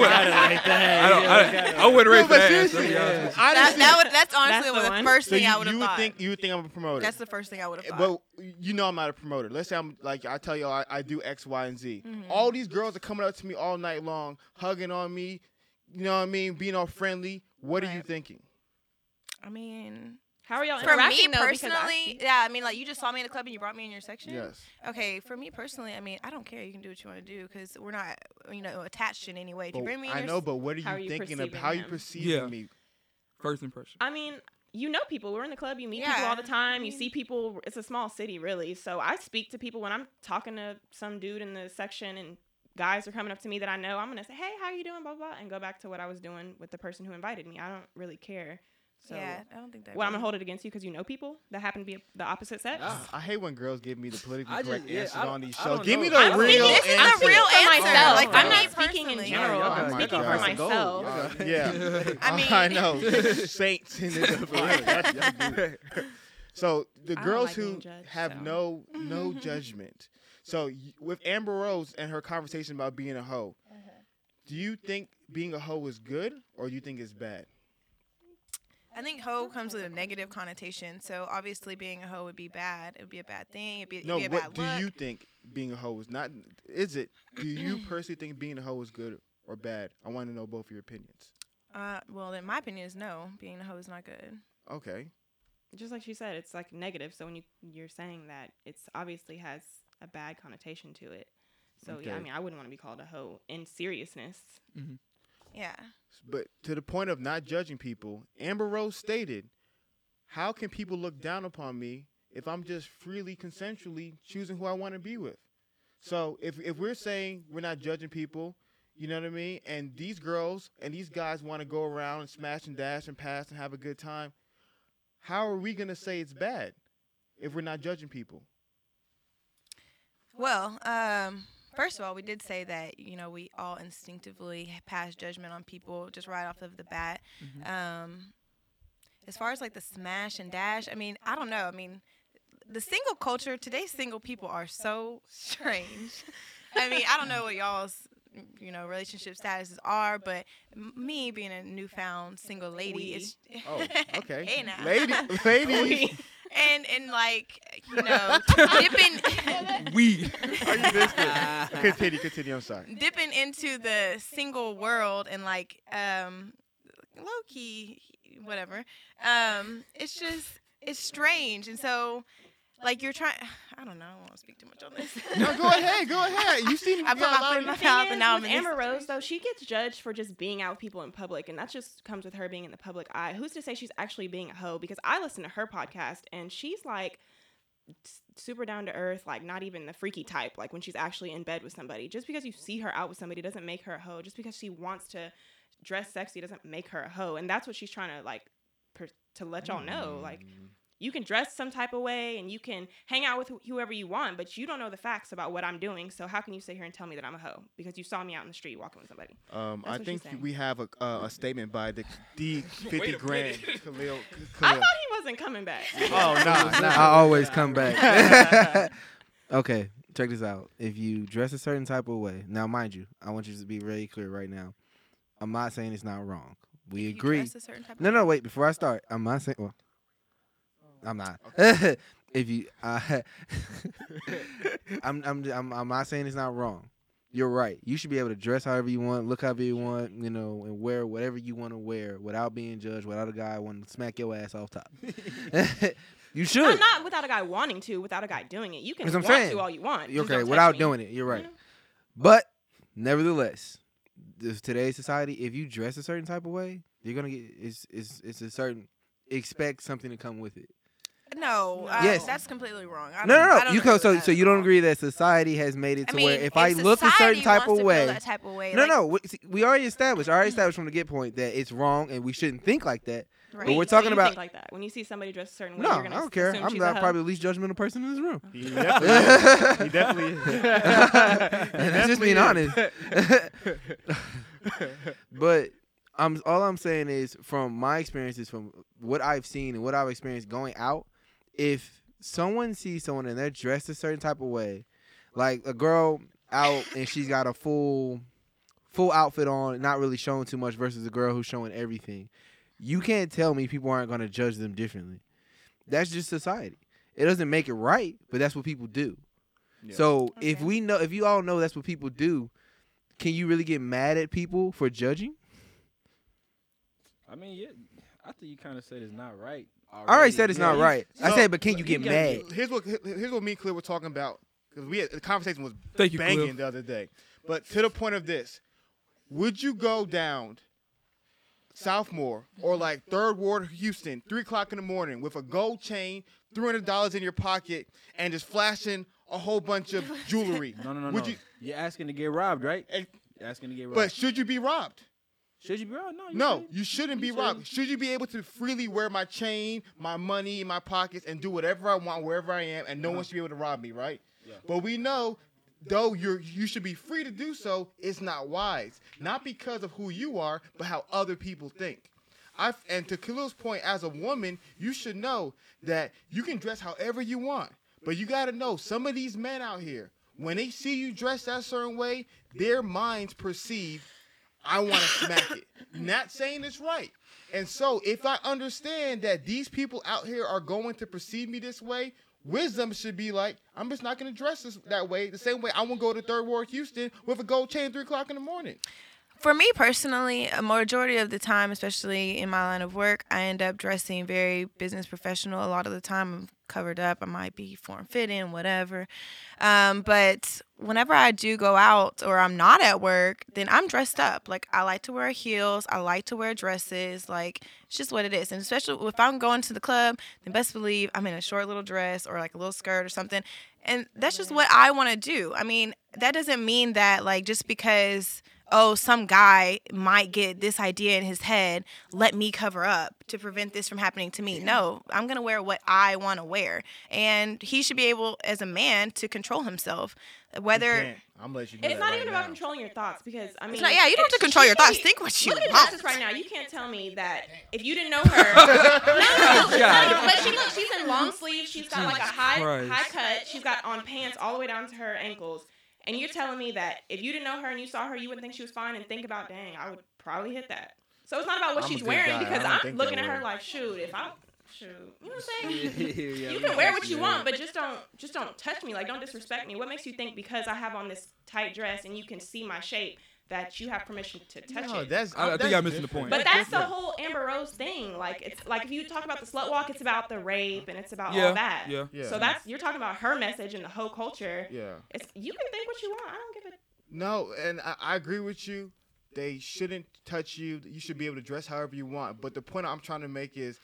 [SPEAKER 3] would- I don't. I, don't- I wouldn't
[SPEAKER 1] No,
[SPEAKER 3] rate
[SPEAKER 1] but
[SPEAKER 3] that.
[SPEAKER 1] seriously,
[SPEAKER 7] That,
[SPEAKER 1] honestly,
[SPEAKER 7] that would, that's honestly
[SPEAKER 6] the
[SPEAKER 7] what the
[SPEAKER 6] one.
[SPEAKER 7] first
[SPEAKER 1] so
[SPEAKER 7] thing
[SPEAKER 1] you,
[SPEAKER 7] I would have
[SPEAKER 1] you would
[SPEAKER 7] thought.
[SPEAKER 1] think you would think I'm a promoter. Eh,
[SPEAKER 7] that's the first thing I would have thought.
[SPEAKER 1] But you know I'm not a promoter. Let's say I'm like I tell y'all I, I do X, Y, and Z.
[SPEAKER 7] Mm-hmm.
[SPEAKER 1] All these girls are coming up to me all night long, hugging on me, you know what I mean, being all friendly. What are you
[SPEAKER 7] Right.
[SPEAKER 1] thinking?
[SPEAKER 7] I mean,
[SPEAKER 6] How are y'all
[SPEAKER 7] for
[SPEAKER 6] interacting
[SPEAKER 7] me
[SPEAKER 6] though? Because I
[SPEAKER 7] personally,
[SPEAKER 6] see-
[SPEAKER 7] yeah, I mean, like you just saw me in the club and you brought me in your section.
[SPEAKER 1] Yes.
[SPEAKER 7] Okay, for me personally, I mean, I don't care. You can do what you want to do because we're not, you know, attached in any way. If you
[SPEAKER 1] But
[SPEAKER 7] bring me in,
[SPEAKER 1] I
[SPEAKER 7] your
[SPEAKER 1] know,
[SPEAKER 7] s-
[SPEAKER 1] but what are you,
[SPEAKER 6] how are you
[SPEAKER 1] thinking of?
[SPEAKER 6] perceiving
[SPEAKER 1] How you
[SPEAKER 6] him?
[SPEAKER 1] perceiving
[SPEAKER 3] Yeah.
[SPEAKER 1] me?
[SPEAKER 3] First impression.
[SPEAKER 6] I mean, you know people. We're in the club. You meet people
[SPEAKER 7] Yeah, Mm-hmm.
[SPEAKER 6] all the time. You
[SPEAKER 7] mean-
[SPEAKER 6] see people. It's a small city, really. So I speak to people when I'm talking to some dude in the section and guys are coming up to me that I know. I'm gonna say, "Hey, how you doing?" Blah blah, blah, and go back to what I was doing with the person who invited me. I don't really care. So
[SPEAKER 7] yeah, I don't think that.
[SPEAKER 6] Well, I'm gonna
[SPEAKER 7] really-
[SPEAKER 6] hold it against you because you know people that happen to be the opposite sex.
[SPEAKER 1] Ah, I hate when girls give me the politically
[SPEAKER 2] I just-
[SPEAKER 1] correct
[SPEAKER 2] yeah,
[SPEAKER 1] answers
[SPEAKER 2] I don't-
[SPEAKER 1] on these
[SPEAKER 2] I
[SPEAKER 1] shows.
[SPEAKER 2] don't
[SPEAKER 1] Give me
[SPEAKER 2] know.
[SPEAKER 1] the
[SPEAKER 2] I'm
[SPEAKER 1] real
[SPEAKER 2] thinking
[SPEAKER 7] this is the
[SPEAKER 1] answer.
[SPEAKER 7] real
[SPEAKER 6] For
[SPEAKER 7] answer.
[SPEAKER 6] myself,
[SPEAKER 7] Like
[SPEAKER 1] Oh
[SPEAKER 6] I'm
[SPEAKER 7] I'm
[SPEAKER 1] my
[SPEAKER 6] not
[SPEAKER 7] not
[SPEAKER 6] speaking in
[SPEAKER 7] personally-
[SPEAKER 6] general.
[SPEAKER 1] Oh
[SPEAKER 6] I'm
[SPEAKER 1] my
[SPEAKER 6] speaking for
[SPEAKER 1] God.
[SPEAKER 6] myself.
[SPEAKER 1] Yeah.
[SPEAKER 7] I
[SPEAKER 6] Oh,
[SPEAKER 7] mean,
[SPEAKER 1] I know. Saints in this. That's- that's good. so the
[SPEAKER 6] don't
[SPEAKER 1] girls
[SPEAKER 6] like
[SPEAKER 1] who
[SPEAKER 6] being judged,
[SPEAKER 1] have
[SPEAKER 6] so.
[SPEAKER 1] no no judgment. So y- with Amber Rose and her conversation about being a hoe,
[SPEAKER 6] Uh-huh.
[SPEAKER 1] do you think being a hoe is good or do you think it's bad?
[SPEAKER 7] I think hoe comes with a negative connotation. So obviously, being a hoe would be bad. It would be a bad thing. It'd be, it'd
[SPEAKER 1] No,
[SPEAKER 7] be a
[SPEAKER 1] what
[SPEAKER 7] bad
[SPEAKER 1] do
[SPEAKER 7] look.
[SPEAKER 1] you think being a hoe is not? Is it? Do you personally think being a hoe is good or bad? I want to know both of your opinions.
[SPEAKER 7] Uh, well, in my opinion, is no. Being a hoe is not good.
[SPEAKER 1] Okay.
[SPEAKER 6] Just like she said, it's like negative. So when you you're saying that, it's obviously has a bad connotation to it. So yeah, I
[SPEAKER 1] Okay.
[SPEAKER 6] mean, I wouldn't want to be called a hoe in seriousness.
[SPEAKER 7] Yeah.
[SPEAKER 1] But to the point of not judging people, Amber Rose stated, How can people look down upon me if I'm just freely, consensually choosing who I want to be with? So if, if we're saying we're not judging people, you know what I mean? And these girls and these guys want to go around and smash and dash and pass and have a good time, how are we going to say it's bad if we're not judging people?
[SPEAKER 7] Well, um, First of all, we did say that you know we all instinctively pass judgment on people just right off of the bat. Um, as far as like the smash and dash, I mean, I don't know. I mean, the single culture today's single people are so strange. I mean, I don't know what y'all's you know relationship statuses are, but m- me being a newfound single lady, it's
[SPEAKER 1] Oh, okay.
[SPEAKER 7] Hey, now.
[SPEAKER 1] Lady, ladies,
[SPEAKER 7] We- and and like you know dipping
[SPEAKER 3] We.
[SPEAKER 1] are you listening? continue, continue. I'm sorry.
[SPEAKER 7] dipping into the single world and like um low key whatever um it's just it's strange and so like you're trying i don't know i don't want to speak too much on this
[SPEAKER 1] No, go ahead, go ahead. You seem
[SPEAKER 7] I put
[SPEAKER 1] you got a
[SPEAKER 7] my
[SPEAKER 1] lot
[SPEAKER 7] foot
[SPEAKER 1] of-
[SPEAKER 7] in my
[SPEAKER 6] The thing is,
[SPEAKER 7] mouth and now I'm
[SPEAKER 6] with
[SPEAKER 7] in this
[SPEAKER 6] Amber Rose
[SPEAKER 7] situation.
[SPEAKER 6] though, she gets judged for just being out with people in public, and that just comes with her being in the public eye. Who's to say she's actually being a hoe? Because I listen to her podcast, and she's like s- super down to earth, like not even the freaky type. Like when she's actually in bed with somebody, just because you see her out with somebody doesn't make her a hoe. Just because she wants to dress sexy doesn't make her a hoe, and that's what she's trying to like per- to let y'all know, like.
[SPEAKER 4] Mm.
[SPEAKER 6] You can dress some type of way and you can hang out with wh- whoever you want, but you don't know the facts about what I'm doing. So how can you sit here and tell me that I'm a hoe because you saw me out in the street walking with somebody?
[SPEAKER 1] Um,
[SPEAKER 6] That's
[SPEAKER 1] I
[SPEAKER 6] what
[SPEAKER 1] think
[SPEAKER 6] she's saying.
[SPEAKER 1] we have a, uh, a statement by the D fifty grand Khalil.
[SPEAKER 6] I
[SPEAKER 1] Khalil.
[SPEAKER 6] thought he wasn't coming back.
[SPEAKER 1] Oh nah,
[SPEAKER 4] I
[SPEAKER 1] nah.
[SPEAKER 4] always come back. okay, check this out. If you dress a certain type of way, now mind you, I want you to be really clear right now. I'm not saying it's not wrong. We
[SPEAKER 7] You
[SPEAKER 4] agree.
[SPEAKER 7] dress a certain type of
[SPEAKER 4] No,
[SPEAKER 7] way.
[SPEAKER 4] no, wait. Before I start, I'm not saying. Well, I'm not.
[SPEAKER 6] Oh,
[SPEAKER 4] if you, uh, I'm, I'm, I'm, I'm not saying it's not wrong. You're right. You should be able to dress however you want, look however you want, you know, and wear whatever you want to wear without being judged, without a guy wanting to smack your ass off top. you
[SPEAKER 6] I'm
[SPEAKER 4] should.
[SPEAKER 6] not without a guy wanting to, without a guy doing it. You can
[SPEAKER 4] That's what
[SPEAKER 6] want
[SPEAKER 4] I'm saying.
[SPEAKER 6] to all you want. just don't
[SPEAKER 4] okay,
[SPEAKER 6] touch
[SPEAKER 4] without
[SPEAKER 6] me. Mm-hmm.
[SPEAKER 4] doing it. You're right.
[SPEAKER 6] Yeah.
[SPEAKER 4] But nevertheless, this, today's society, if you dress a certain type of way, you're gonna get it's it's it's a certain expect something to come with it.
[SPEAKER 7] no uh,
[SPEAKER 4] Yes.
[SPEAKER 7] that's completely wrong I
[SPEAKER 4] No,
[SPEAKER 7] don't- I
[SPEAKER 4] no, no.
[SPEAKER 7] don't
[SPEAKER 4] You
[SPEAKER 7] agree
[SPEAKER 4] co-
[SPEAKER 7] with
[SPEAKER 4] so
[SPEAKER 7] that
[SPEAKER 4] so
[SPEAKER 7] at
[SPEAKER 4] you don't
[SPEAKER 7] all.
[SPEAKER 4] agree that society has made it
[SPEAKER 7] I
[SPEAKER 4] to
[SPEAKER 7] mean,
[SPEAKER 4] where if I look a certain
[SPEAKER 7] society
[SPEAKER 4] type
[SPEAKER 7] wants
[SPEAKER 4] of
[SPEAKER 7] to feel
[SPEAKER 4] way,
[SPEAKER 7] that type of way
[SPEAKER 4] no,
[SPEAKER 7] like,
[SPEAKER 4] no, we, see, we already established, I already established from the get point that it's wrong and we shouldn't think like that.
[SPEAKER 7] right.
[SPEAKER 4] But we're
[SPEAKER 6] So
[SPEAKER 4] talking
[SPEAKER 6] you
[SPEAKER 4] about-
[SPEAKER 6] think like that. When you see somebody dressed a certain way,
[SPEAKER 4] no,
[SPEAKER 6] you're
[SPEAKER 4] I
[SPEAKER 6] gonna
[SPEAKER 4] don't care.
[SPEAKER 6] assume
[SPEAKER 4] I'm
[SPEAKER 6] she's a
[SPEAKER 4] not
[SPEAKER 6] hoe.
[SPEAKER 4] probably the least judgmental person in this room.
[SPEAKER 1] He definitely is. He
[SPEAKER 4] That's
[SPEAKER 1] definitely is. He
[SPEAKER 4] just
[SPEAKER 1] definitely
[SPEAKER 4] being
[SPEAKER 1] is.
[SPEAKER 4] honest. but I'm all I'm saying is from my experiences, from what I've seen and what I've experienced going out, if someone sees someone and they're dressed a certain type of way, like a girl out and she's got a full full outfit on, not really showing too much versus a girl who's showing everything, you can't tell me people aren't gonna judge them differently. That's just society. It doesn't make it right, but that's what people do.
[SPEAKER 1] Yeah.
[SPEAKER 4] So if
[SPEAKER 7] Okay.
[SPEAKER 4] we know if you all know that's what people do, can you really get mad at people for judging?
[SPEAKER 2] I mean, yeah, I think you kind of said it's not right.
[SPEAKER 4] I already said it's not
[SPEAKER 1] yeah.
[SPEAKER 4] right. I
[SPEAKER 1] So-
[SPEAKER 4] said, but can you
[SPEAKER 2] you
[SPEAKER 4] get
[SPEAKER 2] gotta
[SPEAKER 4] mad?
[SPEAKER 1] Here's what here's what me and Clear were talking about because we had, the conversation was
[SPEAKER 3] Thank you,
[SPEAKER 1] banging
[SPEAKER 3] Cliff.
[SPEAKER 1] the other day. But to the point of this, would you go down sophomore or like third ward Houston, three o'clock in the morning with a gold chain, three hundred dollars in your pocket, and just flashing a whole bunch of jewelry?
[SPEAKER 2] No, no, no,
[SPEAKER 1] Would
[SPEAKER 2] no.
[SPEAKER 1] you?
[SPEAKER 2] You, are asking to get robbed, right?
[SPEAKER 1] and-
[SPEAKER 2] You're asking to get robbed.
[SPEAKER 1] But should you be robbed?
[SPEAKER 2] should you be robbed? No. You
[SPEAKER 1] No,
[SPEAKER 2] shouldn't.
[SPEAKER 1] you shouldn't be
[SPEAKER 2] You
[SPEAKER 1] robbed.
[SPEAKER 2] shouldn't.
[SPEAKER 1] Should you be able to freely wear my chain, my money in my pockets, and do whatever I want wherever I am, and no
[SPEAKER 2] Uh-huh.
[SPEAKER 1] one should be able to rob me, right? But we know, though you you should be free to do so, it's not wise. Not because of who you are, but how other people think. I and to Khalil's point, as a woman, you should know that you can dress however you want, but you got to know some of these men out here. When they see you dressed that certain way, their minds perceive I want to smack it. Not saying it's right. And so, if I understand that these people out here are going to perceive me this way, wisdom should be like, I'm just not going to dress this that way. The same way I won't go to Third Ward Houston with a gold chain three o'clock in the morning.
[SPEAKER 7] For me personally, a majority of the time, especially in my line of work, I end up dressing very business professional. A lot of the time, I'm covered up. I might be form fitting, whatever. Um, but whenever I do go out or I'm not at work, then I'm dressed up. Like I like to wear heels. I like to wear dresses. Like it's just what it is. And especially if I'm going to the club, then best believe I'm in a short little dress or like a little skirt or something. And that's just what I want to do. I mean, that doesn't mean that like just because oh, some guy might get this idea in his head. Let me cover up to prevent this from happening to me. No, I'm going to wear what I want to wear. And he should be able, as a man, to control himself. uh, Whether.
[SPEAKER 1] Can't. I'm letting you. do
[SPEAKER 6] It's
[SPEAKER 1] that
[SPEAKER 6] not
[SPEAKER 1] right
[SPEAKER 6] even
[SPEAKER 1] now.
[SPEAKER 6] about controlling your thoughts because I mean,
[SPEAKER 7] It's not- yeah, you don't have to control your
[SPEAKER 6] she can
[SPEAKER 7] thoughts.
[SPEAKER 6] be-
[SPEAKER 7] Think what you
[SPEAKER 6] Look at the
[SPEAKER 7] want.
[SPEAKER 6] justice right now. You can't tell me that if you didn't know her. no, no, no, no, But she look, she's in long sleeves. She's got like a high
[SPEAKER 3] Christ.
[SPEAKER 6] high cut. She's got on pants all the way down to her ankles. And you're telling me that if you didn't know her and you saw her, you wouldn't think she was fine and think about, dang, I would probably hit that. So it's not about what
[SPEAKER 1] I'm a
[SPEAKER 6] she's
[SPEAKER 1] good
[SPEAKER 6] wearing
[SPEAKER 1] guy. I
[SPEAKER 6] because
[SPEAKER 1] don't
[SPEAKER 6] I'm
[SPEAKER 1] think
[SPEAKER 6] looking
[SPEAKER 1] that
[SPEAKER 6] at her
[SPEAKER 1] way.
[SPEAKER 6] like, shoot, if I shoot, you know what I'm saying?
[SPEAKER 5] yeah,
[SPEAKER 6] you can wear what you want, but just don't just don't touch me. Like don't disrespect me. What makes you think because I have on this tight dress and you can see my shape that you have permission to touch
[SPEAKER 1] No,
[SPEAKER 6] it?
[SPEAKER 1] that's,
[SPEAKER 3] I- I think
[SPEAKER 1] that's
[SPEAKER 3] I'm missing the
[SPEAKER 1] different.
[SPEAKER 3] point.
[SPEAKER 6] but that's the whole Amber Rose thing. Like it's like if you talk about the slut walk, it's about the rape and it's about
[SPEAKER 3] Yeah,
[SPEAKER 6] all that.
[SPEAKER 3] yeah.
[SPEAKER 1] Yeah.
[SPEAKER 6] So that's you're talking about her message and the whole culture.
[SPEAKER 1] yeah.
[SPEAKER 6] It's you can think what you want. I don't give a
[SPEAKER 1] No, and I, I agree with you. They shouldn't touch you. You should be able to dress however you want. But the point I'm trying to make is,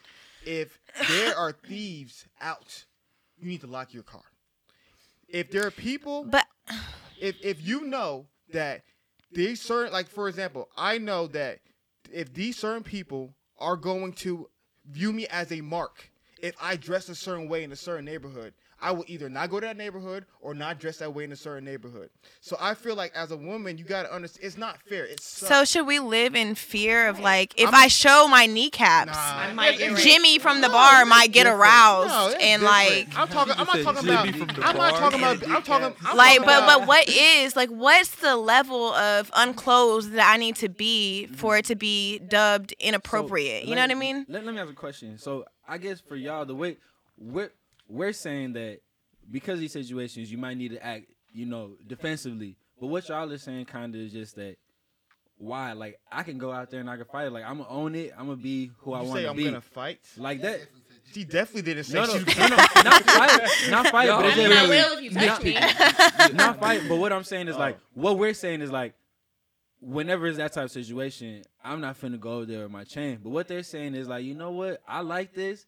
[SPEAKER 1] if there are thieves out, you need to lock your car. If there are people
[SPEAKER 7] But
[SPEAKER 1] if if you know that these certain like for example, I know that if these certain people are going to view me as a mark if I dress a certain way in a certain neighborhood, I will either not go to that neighborhood or not dress that way in a certain neighborhood. So I feel like as a woman, you gotta understand it's not fair. It's
[SPEAKER 7] so should we live in fear of like if i show my kneecaps,
[SPEAKER 6] I might get raped.
[SPEAKER 7] Jimmy from the bar might get aroused and like
[SPEAKER 1] I'm talking. I'm not talking about.
[SPEAKER 3] Jimmy from the
[SPEAKER 1] I'm not
[SPEAKER 3] bar.
[SPEAKER 1] talking about. I'm talking. I'm
[SPEAKER 7] like
[SPEAKER 1] talking
[SPEAKER 7] but
[SPEAKER 1] about-
[SPEAKER 7] but what is like what's the level of unclothed that i need to be for it to be dubbed inappropriate
[SPEAKER 2] So,
[SPEAKER 7] you know
[SPEAKER 2] let-
[SPEAKER 7] what i mean
[SPEAKER 2] Let, let me ask a question. So I guess for y'all, the way we're we're saying that because of these situations, you might need to act, you know, defensively. But what y'all are saying kind of is just that. Why? Like I can go out there and I can fight. it. Like I'm gonna own it. I'm gonna be who I
[SPEAKER 1] You
[SPEAKER 2] want
[SPEAKER 1] say
[SPEAKER 2] to
[SPEAKER 1] I'm
[SPEAKER 2] be.
[SPEAKER 1] gonna fight.
[SPEAKER 2] like that.
[SPEAKER 1] She definitely didn't say
[SPEAKER 2] No, no,
[SPEAKER 1] she
[SPEAKER 2] no, no, not fight, not fight.
[SPEAKER 3] Y'all
[SPEAKER 2] but
[SPEAKER 6] I
[SPEAKER 2] it's
[SPEAKER 3] Yeah,
[SPEAKER 6] mean,
[SPEAKER 2] just-
[SPEAKER 6] I will if you touch me.
[SPEAKER 2] not fight, but what I'm saying is like
[SPEAKER 1] Oh.
[SPEAKER 2] what we're saying is like whenever it's that type of situation, I'm not finna go over there with my chain. But what they're saying is like, you know what? I like this.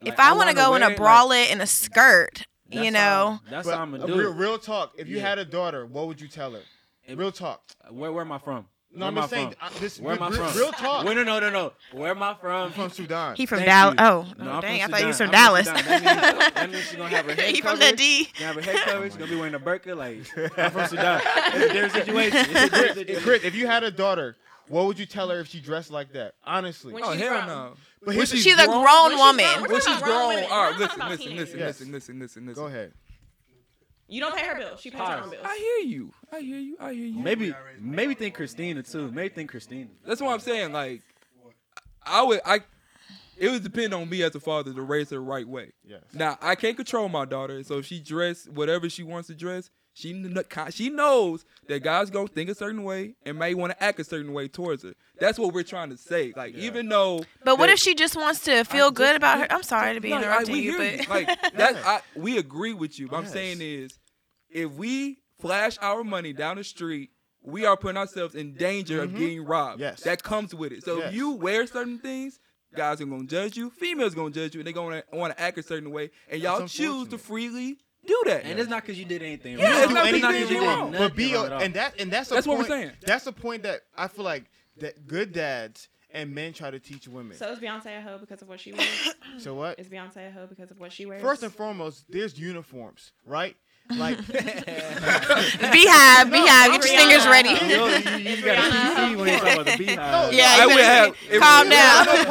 [SPEAKER 7] if i, want to go in a bralette
[SPEAKER 2] like,
[SPEAKER 7] and a skirt
[SPEAKER 2] that's
[SPEAKER 7] you
[SPEAKER 2] how-
[SPEAKER 7] know
[SPEAKER 2] that's
[SPEAKER 1] But
[SPEAKER 2] how I'm gonna
[SPEAKER 1] a
[SPEAKER 2] do.
[SPEAKER 1] real,
[SPEAKER 2] it.
[SPEAKER 1] real talk. If you
[SPEAKER 2] Yeah.
[SPEAKER 1] had a daughter, what would you tell her?
[SPEAKER 2] If-
[SPEAKER 1] Real talk.
[SPEAKER 2] Where where am I from?
[SPEAKER 1] No,
[SPEAKER 2] where
[SPEAKER 1] I'm
[SPEAKER 2] am I
[SPEAKER 1] just saying.
[SPEAKER 2] from?
[SPEAKER 1] I, this,
[SPEAKER 2] Where am I
[SPEAKER 1] real,
[SPEAKER 2] from?
[SPEAKER 1] real talk.
[SPEAKER 2] Where, no, no, no, no. Where am I from?
[SPEAKER 1] from Sudan.
[SPEAKER 7] he from
[SPEAKER 2] Thank
[SPEAKER 7] dallas
[SPEAKER 2] you.
[SPEAKER 7] oh
[SPEAKER 2] No, I'm
[SPEAKER 7] dang i
[SPEAKER 2] from
[SPEAKER 7] thought you was from
[SPEAKER 2] Sudan. I'm
[SPEAKER 7] dallas
[SPEAKER 2] That means, that means she's gonna have her head
[SPEAKER 7] he from
[SPEAKER 2] covered.
[SPEAKER 7] the d
[SPEAKER 2] She's gonna have her head covered. She's gonna be wearing a burqa. Like I'm from Sudan. It's a different situation. It's a different situation.
[SPEAKER 1] Chris, if you had a daughter, what would you tell her if she dressed like that? Honestly.
[SPEAKER 6] When
[SPEAKER 3] Oh
[SPEAKER 6] she's
[SPEAKER 3] hell
[SPEAKER 6] from.
[SPEAKER 3] no.
[SPEAKER 1] but
[SPEAKER 3] when
[SPEAKER 1] here's
[SPEAKER 3] she's
[SPEAKER 1] the-
[SPEAKER 7] she's a
[SPEAKER 3] grown-
[SPEAKER 6] when
[SPEAKER 7] grown
[SPEAKER 6] she's
[SPEAKER 7] woman
[SPEAKER 6] grown-
[SPEAKER 3] When she's
[SPEAKER 6] talking about grown
[SPEAKER 3] grown,
[SPEAKER 6] women.
[SPEAKER 3] all
[SPEAKER 6] We're
[SPEAKER 3] right,
[SPEAKER 6] not
[SPEAKER 3] listen,
[SPEAKER 6] talking
[SPEAKER 3] listen,
[SPEAKER 6] about
[SPEAKER 3] listen,
[SPEAKER 1] teenagers.
[SPEAKER 3] listen, listen, listen, listen.
[SPEAKER 1] Go ahead.
[SPEAKER 6] You don't pay her bill. She pays her own
[SPEAKER 2] Pause.
[SPEAKER 6] bills.
[SPEAKER 3] I hear you. I hear you. I hear you.
[SPEAKER 2] Maybe maybe think Christina too. Maybe think Christina.
[SPEAKER 3] That's what I'm saying. Like, I would, I, it would depend on me as a father to raise her the right way.
[SPEAKER 1] Yes.
[SPEAKER 3] Now I can't control my daughter, so if she dress whatever she wants to dress, she kn- ki- she knows that guys gonna think a certain way and may want to act a certain way towards her. That's what we're trying to say. Like, even though,
[SPEAKER 7] but what
[SPEAKER 3] that-
[SPEAKER 7] if she just wants to feel good about her i'm sorry to be
[SPEAKER 3] No, I-
[SPEAKER 7] interrupting
[SPEAKER 3] we
[SPEAKER 7] you
[SPEAKER 3] hear
[SPEAKER 7] but
[SPEAKER 3] Like that's I, we agree with you. What I'm
[SPEAKER 1] Yes.
[SPEAKER 3] saying is, if we flash our money down the street, we are putting ourselves in danger of getting robbed.
[SPEAKER 1] Mm-hmm. Yes.
[SPEAKER 3] that comes with it. So
[SPEAKER 1] Yes.
[SPEAKER 3] if you wear certain things. Guys are gonna judge you. Females gonna judge you, and they gonna want to act a certain way. And y'all
[SPEAKER 1] That's
[SPEAKER 3] choose to
[SPEAKER 1] unfortunate.
[SPEAKER 3] freely do that.
[SPEAKER 2] And it's not because you did anything
[SPEAKER 3] Yeah,
[SPEAKER 2] wrong.
[SPEAKER 3] it's not 'cause you
[SPEAKER 2] not
[SPEAKER 3] did
[SPEAKER 2] you
[SPEAKER 3] anything wrong.
[SPEAKER 1] But be
[SPEAKER 2] nothing wrong at all.
[SPEAKER 1] and that and that's a
[SPEAKER 3] That's what
[SPEAKER 1] point,
[SPEAKER 3] we're saying.
[SPEAKER 1] That's a point that I feel like that good dads and men try to teach women.
[SPEAKER 6] So
[SPEAKER 1] So,
[SPEAKER 6] is Beyonce a hoe because of what she wears?
[SPEAKER 1] what?
[SPEAKER 6] Is Beyonce a hoe because of what she wears?
[SPEAKER 1] First and foremost, there's uniforms, right? Like
[SPEAKER 7] beehive beehive get your
[SPEAKER 6] Rihanna.
[SPEAKER 7] fingers ready
[SPEAKER 2] You know, you, you gotta see when you talk about the
[SPEAKER 1] Yeah,
[SPEAKER 2] beehive.
[SPEAKER 7] yeah
[SPEAKER 3] I
[SPEAKER 7] you
[SPEAKER 3] would
[SPEAKER 7] better
[SPEAKER 3] have.
[SPEAKER 7] be- calm
[SPEAKER 3] if,
[SPEAKER 7] down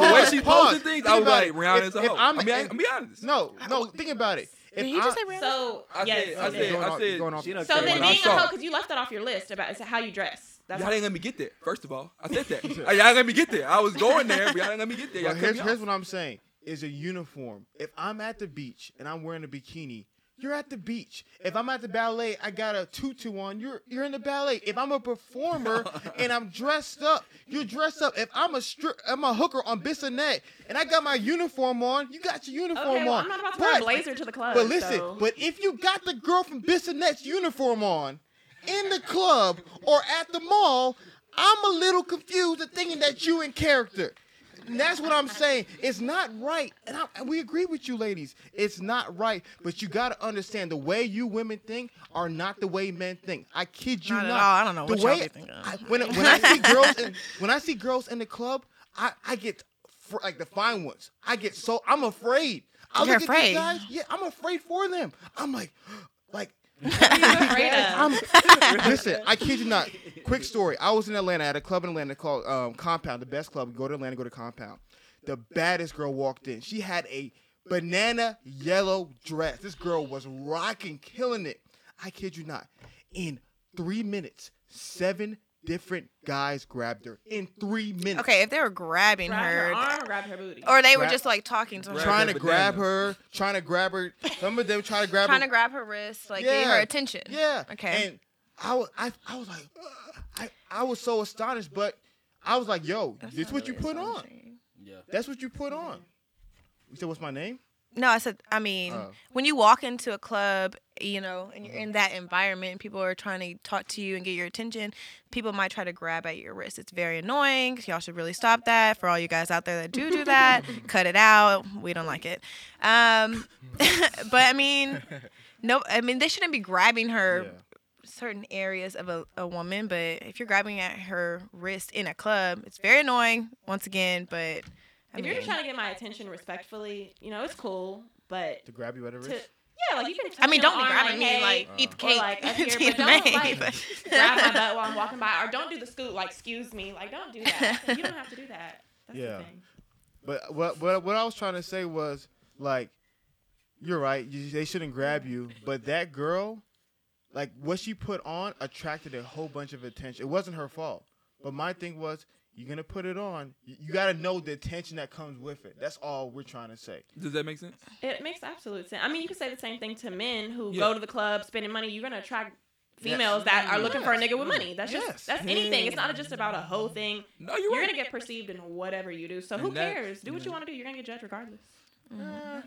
[SPEAKER 3] The way she
[SPEAKER 1] Pause.
[SPEAKER 3] posted things,
[SPEAKER 1] Think
[SPEAKER 3] I was
[SPEAKER 1] about
[SPEAKER 3] like,
[SPEAKER 1] it.
[SPEAKER 3] Rihanna's
[SPEAKER 1] If-
[SPEAKER 3] a
[SPEAKER 1] if
[SPEAKER 3] hoe.
[SPEAKER 1] I'm-
[SPEAKER 3] I mean, I,
[SPEAKER 1] if-
[SPEAKER 3] I'm be honest.
[SPEAKER 1] no, no. Think about it. If
[SPEAKER 7] Did he
[SPEAKER 1] I'm-
[SPEAKER 7] just say Rihanna?
[SPEAKER 6] So
[SPEAKER 3] I
[SPEAKER 6] yes.
[SPEAKER 3] said, I
[SPEAKER 6] okay.
[SPEAKER 3] said,
[SPEAKER 1] Going
[SPEAKER 3] I
[SPEAKER 1] off-
[SPEAKER 3] said.
[SPEAKER 1] going off-
[SPEAKER 2] She done
[SPEAKER 6] So
[SPEAKER 2] said
[SPEAKER 6] then
[SPEAKER 2] what I
[SPEAKER 6] being a
[SPEAKER 2] saw.
[SPEAKER 6] hoe, because you left that off your list about is how you dress. That's
[SPEAKER 3] Y'all
[SPEAKER 6] what-
[SPEAKER 3] didn't let me get there. First of all, I said that. y'all didn't let me get there. I was going there, but y'all didn't let me get there. Y'all
[SPEAKER 1] Well,
[SPEAKER 3] cut
[SPEAKER 1] here's,
[SPEAKER 3] me
[SPEAKER 1] here's
[SPEAKER 3] off.
[SPEAKER 1] what I'm saying is a uniform. If I'm at the beach and I'm wearing a bikini, you're at the beach. If I'm at the ballet, I got a tutu on. You're you're in the ballet. If I'm a performer and I'm dressed up, you're dressed up. If I'm a stri- I'm a hooker on Bissonnette and I got my uniform on, you got your uniform
[SPEAKER 6] Okay, well,
[SPEAKER 1] on.
[SPEAKER 6] I'm not about to wear a
[SPEAKER 1] But-
[SPEAKER 6] blazer to the club.
[SPEAKER 1] But listen,
[SPEAKER 6] so-
[SPEAKER 1] but if you got the girl from Bissonnette's uniform on in the club or at the mall, I'm a little confused at thinking that you in character. And that's what I'm saying. It's not right. And, I, and we agree with you, ladies. It's not right. But you got to understand the way you women think are not the way men think. I kid you
[SPEAKER 7] Not
[SPEAKER 1] not.
[SPEAKER 7] at all. I don't know
[SPEAKER 1] the
[SPEAKER 7] what y'all
[SPEAKER 1] way
[SPEAKER 7] be thinking.
[SPEAKER 1] I, when, when I see girls in, when I see girls in the club, I, I get fr- like the fine ones. I get so I'm afraid. I
[SPEAKER 7] You're
[SPEAKER 1] look at
[SPEAKER 7] afraid.
[SPEAKER 1] these guys. Yeah, I'm afraid for them. I'm like, like
[SPEAKER 6] afraid of.
[SPEAKER 1] I'm, listen, I kid you not. Quick story. I was in Atlanta at a club in Atlanta called um, Compound, the best club. Go to Atlanta, go to Compound. The baddest girl walked in. She had a banana yellow dress. This girl was rocking, killing it. I kid you not. In three minutes, seven different guys grabbed her. In three minutes.
[SPEAKER 7] Okay, if they were grabbing
[SPEAKER 6] Grab her
[SPEAKER 7] her,
[SPEAKER 6] arm, grab her booty.
[SPEAKER 7] or they were
[SPEAKER 1] Grab-
[SPEAKER 7] just like talking to her,
[SPEAKER 3] Grab
[SPEAKER 1] Trying
[SPEAKER 3] her
[SPEAKER 1] to grab
[SPEAKER 3] banana.
[SPEAKER 1] her, trying to grab her. Some of them trying to grab
[SPEAKER 7] trying
[SPEAKER 1] her.
[SPEAKER 7] to grab her wrist, like
[SPEAKER 1] yeah.
[SPEAKER 7] getting her attention.
[SPEAKER 1] Yeah.
[SPEAKER 7] Okay.
[SPEAKER 1] And I was, I, I was like, "Ugh." I, I was so astonished, but I was like, yo,
[SPEAKER 7] That's
[SPEAKER 1] this
[SPEAKER 7] not
[SPEAKER 1] what you
[SPEAKER 7] really
[SPEAKER 1] put on.
[SPEAKER 7] astonishing.
[SPEAKER 1] That's what you put on. You said, what's my name?
[SPEAKER 7] No, I said. I mean,
[SPEAKER 1] Oh. Mm-hmm.
[SPEAKER 7] when you walk into a club, you know, and you're in that environment, and people are trying to talk to you and get your attention. People might try to grab at your wrist. It's very annoying. Y'all should really stop that. For all you guys out there that do do that, cut it out. We don't like it. Um, but I mean, no. I mean, they shouldn't be grabbing her certain areas of a, a woman, but if you're grabbing at her wrist in a club, it's very annoying, once again, but I
[SPEAKER 6] if you're
[SPEAKER 7] mean,
[SPEAKER 6] just trying to get my attention respectfully, you know, it's cool, but
[SPEAKER 1] To grab you by the
[SPEAKER 6] to
[SPEAKER 1] wrist?
[SPEAKER 6] yeah, like you can. Touch
[SPEAKER 7] I mean,
[SPEAKER 6] my
[SPEAKER 7] don't be
[SPEAKER 6] arm,
[SPEAKER 7] grabbing me
[SPEAKER 6] hey,
[SPEAKER 7] like eat the
[SPEAKER 6] or
[SPEAKER 7] cake.
[SPEAKER 6] like up here,
[SPEAKER 7] to your
[SPEAKER 6] but don't
[SPEAKER 7] name,
[SPEAKER 6] like
[SPEAKER 7] but-
[SPEAKER 6] grab my butt while I'm walking by, or don't do the scoot. Like, excuse me, like don't do that. You don't have to do that. That's
[SPEAKER 1] Yeah.
[SPEAKER 6] the thing.
[SPEAKER 1] But what, what, what I was trying to say was, like, you're right. You, they shouldn't grab you. But that girl, like, what she put on attracted a whole bunch of attention. It wasn't her fault. But my thing was, you're going to put it on. You, you got to know the attention that comes with it. That's all we're trying to say.
[SPEAKER 3] Does that make sense?
[SPEAKER 6] It makes absolute sense. I mean, you can say the same thing to men who
[SPEAKER 3] Yeah.
[SPEAKER 6] go to the club spending money. You're gonna attract females that are looking for a nigga with money. That's
[SPEAKER 1] Yes.
[SPEAKER 6] just that's anything. It's not just about a whole thing.
[SPEAKER 3] No, you're,
[SPEAKER 6] You're
[SPEAKER 3] right.
[SPEAKER 6] gonna get perceived in whatever you do. So who
[SPEAKER 3] And that-
[SPEAKER 6] cares? Do what you
[SPEAKER 3] yeah.
[SPEAKER 6] want to do. You're gonna get judged regardless.
[SPEAKER 1] yeah,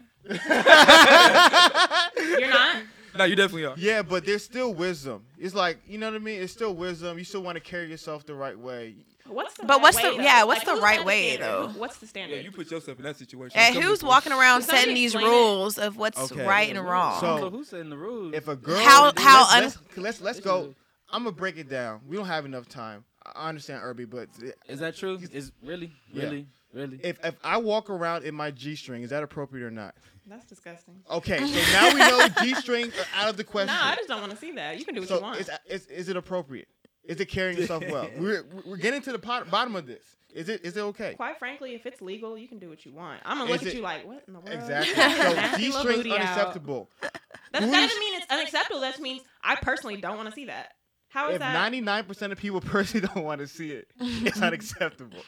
[SPEAKER 6] You're not.
[SPEAKER 3] No, you definitely are.
[SPEAKER 1] but there's still wisdom. It's like you know what I mean. It's still wisdom. You still want to carry yourself the right way.
[SPEAKER 6] What's the
[SPEAKER 7] But
[SPEAKER 6] right
[SPEAKER 7] what's
[SPEAKER 6] way,
[SPEAKER 7] the-
[SPEAKER 6] though?
[SPEAKER 7] yeah, what's
[SPEAKER 6] Like,
[SPEAKER 7] the
[SPEAKER 6] who's
[SPEAKER 7] right
[SPEAKER 6] got
[SPEAKER 7] way,
[SPEAKER 6] standard?
[SPEAKER 7] though?
[SPEAKER 6] Who- What's the standard?
[SPEAKER 3] Yeah, you put yourself in that situation.
[SPEAKER 7] And
[SPEAKER 3] Some
[SPEAKER 7] who's
[SPEAKER 3] people-
[SPEAKER 7] walking around
[SPEAKER 6] Somebody
[SPEAKER 7] setting these
[SPEAKER 6] explain it.
[SPEAKER 7] rules of what's
[SPEAKER 1] Okay.
[SPEAKER 7] right and wrong?
[SPEAKER 1] So-
[SPEAKER 2] who's setting the rules?
[SPEAKER 1] If a girl,
[SPEAKER 7] How-
[SPEAKER 1] let's-
[SPEAKER 7] how un-
[SPEAKER 1] let's, let's, let's let's go. I'm gonna break it down. We don't have enough time. I understand, Irby, but
[SPEAKER 2] Is that true? Is really,
[SPEAKER 1] Yeah.
[SPEAKER 2] really, really?
[SPEAKER 1] if if I walk around in my g-string, is that appropriate or not?
[SPEAKER 6] That's disgusting.
[SPEAKER 1] Okay, so now we know g-strings are out of the question.
[SPEAKER 6] Nah, I just don't want to see that. You can do what you
[SPEAKER 1] so
[SPEAKER 6] want.
[SPEAKER 1] is, is is it appropriate? Is it carrying yourself well? We're we're getting to the pot, bottom of this. Is it is it okay?
[SPEAKER 6] Quite frankly, if it's legal, you can do what you want. I'm
[SPEAKER 1] Is
[SPEAKER 6] gonna look
[SPEAKER 1] it-
[SPEAKER 6] at you like, what in the world?
[SPEAKER 1] Exactly. So
[SPEAKER 6] Nasty
[SPEAKER 1] G
[SPEAKER 6] little
[SPEAKER 1] string's
[SPEAKER 6] booty out.
[SPEAKER 1] unacceptable.
[SPEAKER 6] That's, that
[SPEAKER 1] Booties-
[SPEAKER 6] doesn't mean it's unacceptable. That means I personally don't want to see that. How is
[SPEAKER 1] If
[SPEAKER 6] that?
[SPEAKER 1] ninety nine percent of people personally don't want to see it, it's unacceptable.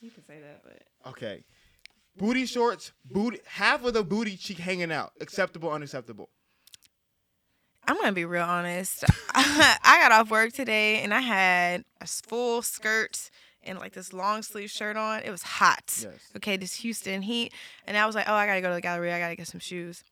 [SPEAKER 6] you can say that, but
[SPEAKER 1] Okay. Booty shorts, booty half of the booty cheek hanging out. Acceptable, unacceptable.
[SPEAKER 7] I'm gonna be real honest. I got off work today and I had a s- full skirt and like this long sleeve shirt on. It was hot.
[SPEAKER 1] Yes.
[SPEAKER 7] Okay, this Houston heat, and I was like, oh, I gotta go to the galleria. I gotta get some shoes.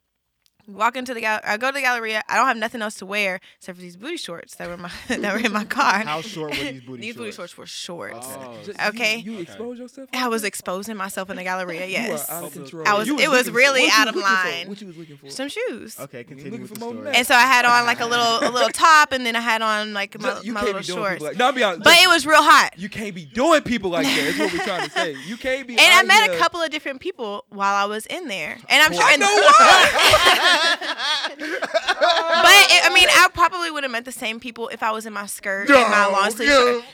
[SPEAKER 7] Walk into the gal. I go to the galleria. I don't have nothing else to wear except for these booty shorts that were in my that were in my car.
[SPEAKER 1] How short were these booty
[SPEAKER 7] these
[SPEAKER 1] shorts?
[SPEAKER 7] booty shorts were shorts.
[SPEAKER 2] Oh,
[SPEAKER 3] Just-
[SPEAKER 7] Okay.
[SPEAKER 3] You, you expose yourself.
[SPEAKER 7] I was exposing myself in the galleria.
[SPEAKER 3] You are
[SPEAKER 7] Yes.
[SPEAKER 3] out
[SPEAKER 2] I
[SPEAKER 3] of control.
[SPEAKER 7] was-
[SPEAKER 3] You
[SPEAKER 7] it was
[SPEAKER 3] looking for-
[SPEAKER 7] really
[SPEAKER 3] what you
[SPEAKER 7] out of
[SPEAKER 3] looking for?
[SPEAKER 7] line.
[SPEAKER 3] What you was looking for?
[SPEAKER 7] Some shoes.
[SPEAKER 1] Okay, continue
[SPEAKER 3] looking
[SPEAKER 1] with the
[SPEAKER 3] for more
[SPEAKER 1] story.
[SPEAKER 3] men.
[SPEAKER 7] And so I had on like a little a little top, and then I had on like
[SPEAKER 3] No,
[SPEAKER 7] my,
[SPEAKER 3] you
[SPEAKER 7] my
[SPEAKER 3] can't
[SPEAKER 7] little
[SPEAKER 3] be doing
[SPEAKER 7] shorts.
[SPEAKER 3] people like. No, I'll be honest.
[SPEAKER 7] But it was real hot.
[SPEAKER 3] you can't be doing people like that. That's what we're trying to say. You can't be.
[SPEAKER 7] And I
[SPEAKER 3] out
[SPEAKER 7] met a
[SPEAKER 3] here-
[SPEAKER 7] couple of different people while I was in there, and I'm sure.
[SPEAKER 3] I
[SPEAKER 7] and-
[SPEAKER 3] know why.
[SPEAKER 7] but it, I mean, I probably would have met the same people if I was in my skirt and my long sleeve shirt.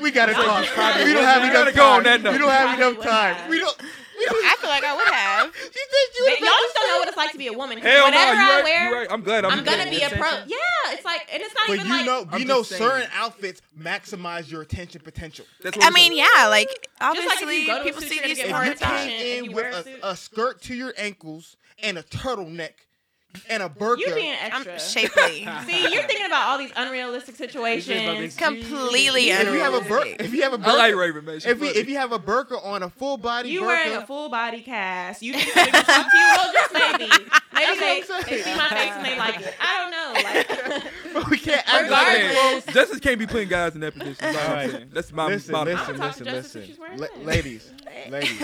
[SPEAKER 1] We gotta talk.
[SPEAKER 3] probably
[SPEAKER 1] We don't
[SPEAKER 3] would-
[SPEAKER 1] have
[SPEAKER 3] you
[SPEAKER 1] enough
[SPEAKER 3] gotta
[SPEAKER 1] time.
[SPEAKER 3] go on that note.
[SPEAKER 1] We don't have
[SPEAKER 6] Probably
[SPEAKER 1] enough
[SPEAKER 6] would
[SPEAKER 1] time.
[SPEAKER 6] have.
[SPEAKER 1] We don't. We don't.
[SPEAKER 7] I feel like I would have.
[SPEAKER 1] She said she was
[SPEAKER 6] But y'all just don't know what it's like to be a woman. 'cause
[SPEAKER 3] Hell no,
[SPEAKER 6] Whatever
[SPEAKER 3] you
[SPEAKER 6] I
[SPEAKER 3] right,
[SPEAKER 6] wear,
[SPEAKER 3] you right. I'm glad. I'm,
[SPEAKER 6] I'm gonna be a
[SPEAKER 3] glad.
[SPEAKER 6] pro. Yeah, it's like, and it's not
[SPEAKER 1] But
[SPEAKER 6] even
[SPEAKER 1] you
[SPEAKER 6] like.
[SPEAKER 1] know,
[SPEAKER 3] I'm
[SPEAKER 1] you know,
[SPEAKER 3] just saying.
[SPEAKER 1] certain outfits maximize your attention potential.
[SPEAKER 3] That's what
[SPEAKER 7] I
[SPEAKER 3] we
[SPEAKER 7] mean,
[SPEAKER 3] said.
[SPEAKER 7] yeah, like
[SPEAKER 6] Just like if
[SPEAKER 7] obviously
[SPEAKER 6] you go to a
[SPEAKER 7] people
[SPEAKER 6] suit,
[SPEAKER 7] see
[SPEAKER 6] you're gonna
[SPEAKER 7] these
[SPEAKER 6] get
[SPEAKER 1] If
[SPEAKER 6] more
[SPEAKER 1] you
[SPEAKER 7] parts.
[SPEAKER 6] attention.
[SPEAKER 1] came
[SPEAKER 6] if
[SPEAKER 1] in
[SPEAKER 6] you
[SPEAKER 1] with
[SPEAKER 6] wear a
[SPEAKER 1] a,
[SPEAKER 6] suit.
[SPEAKER 1] a skirt to your ankles and a turtleneck, and a burqa.
[SPEAKER 6] You being
[SPEAKER 7] I'm
[SPEAKER 6] extra.
[SPEAKER 7] shapely.
[SPEAKER 6] See, you're thinking about all these unrealistic situations.
[SPEAKER 7] Completely
[SPEAKER 1] if you have a
[SPEAKER 7] unrealistic.
[SPEAKER 1] burqa, if you have a burqa,
[SPEAKER 3] I like Raven, man. She
[SPEAKER 1] if, you,
[SPEAKER 3] funny.
[SPEAKER 1] if you have a burqa on a full body
[SPEAKER 6] You
[SPEAKER 1] burqa,
[SPEAKER 6] wearing a full body cast. You think women talk to you? Well, just maybe. Maybe
[SPEAKER 1] That's what
[SPEAKER 6] they,
[SPEAKER 1] I'm
[SPEAKER 6] they
[SPEAKER 1] saying.
[SPEAKER 6] see my face and they like it. I don't know. Like,
[SPEAKER 1] but we can't
[SPEAKER 3] I'm
[SPEAKER 1] act
[SPEAKER 3] just
[SPEAKER 1] like
[SPEAKER 3] saying, Justice can't be putting guys in that position. That's, all I'm
[SPEAKER 1] Right.
[SPEAKER 3] saying. That's my,
[SPEAKER 1] Listen,
[SPEAKER 3] my
[SPEAKER 1] listen,
[SPEAKER 6] I'll talk
[SPEAKER 1] listen,
[SPEAKER 6] to Justice if
[SPEAKER 1] listen.
[SPEAKER 6] she's wearing
[SPEAKER 1] La-
[SPEAKER 6] that.
[SPEAKER 1] ladies, ladies.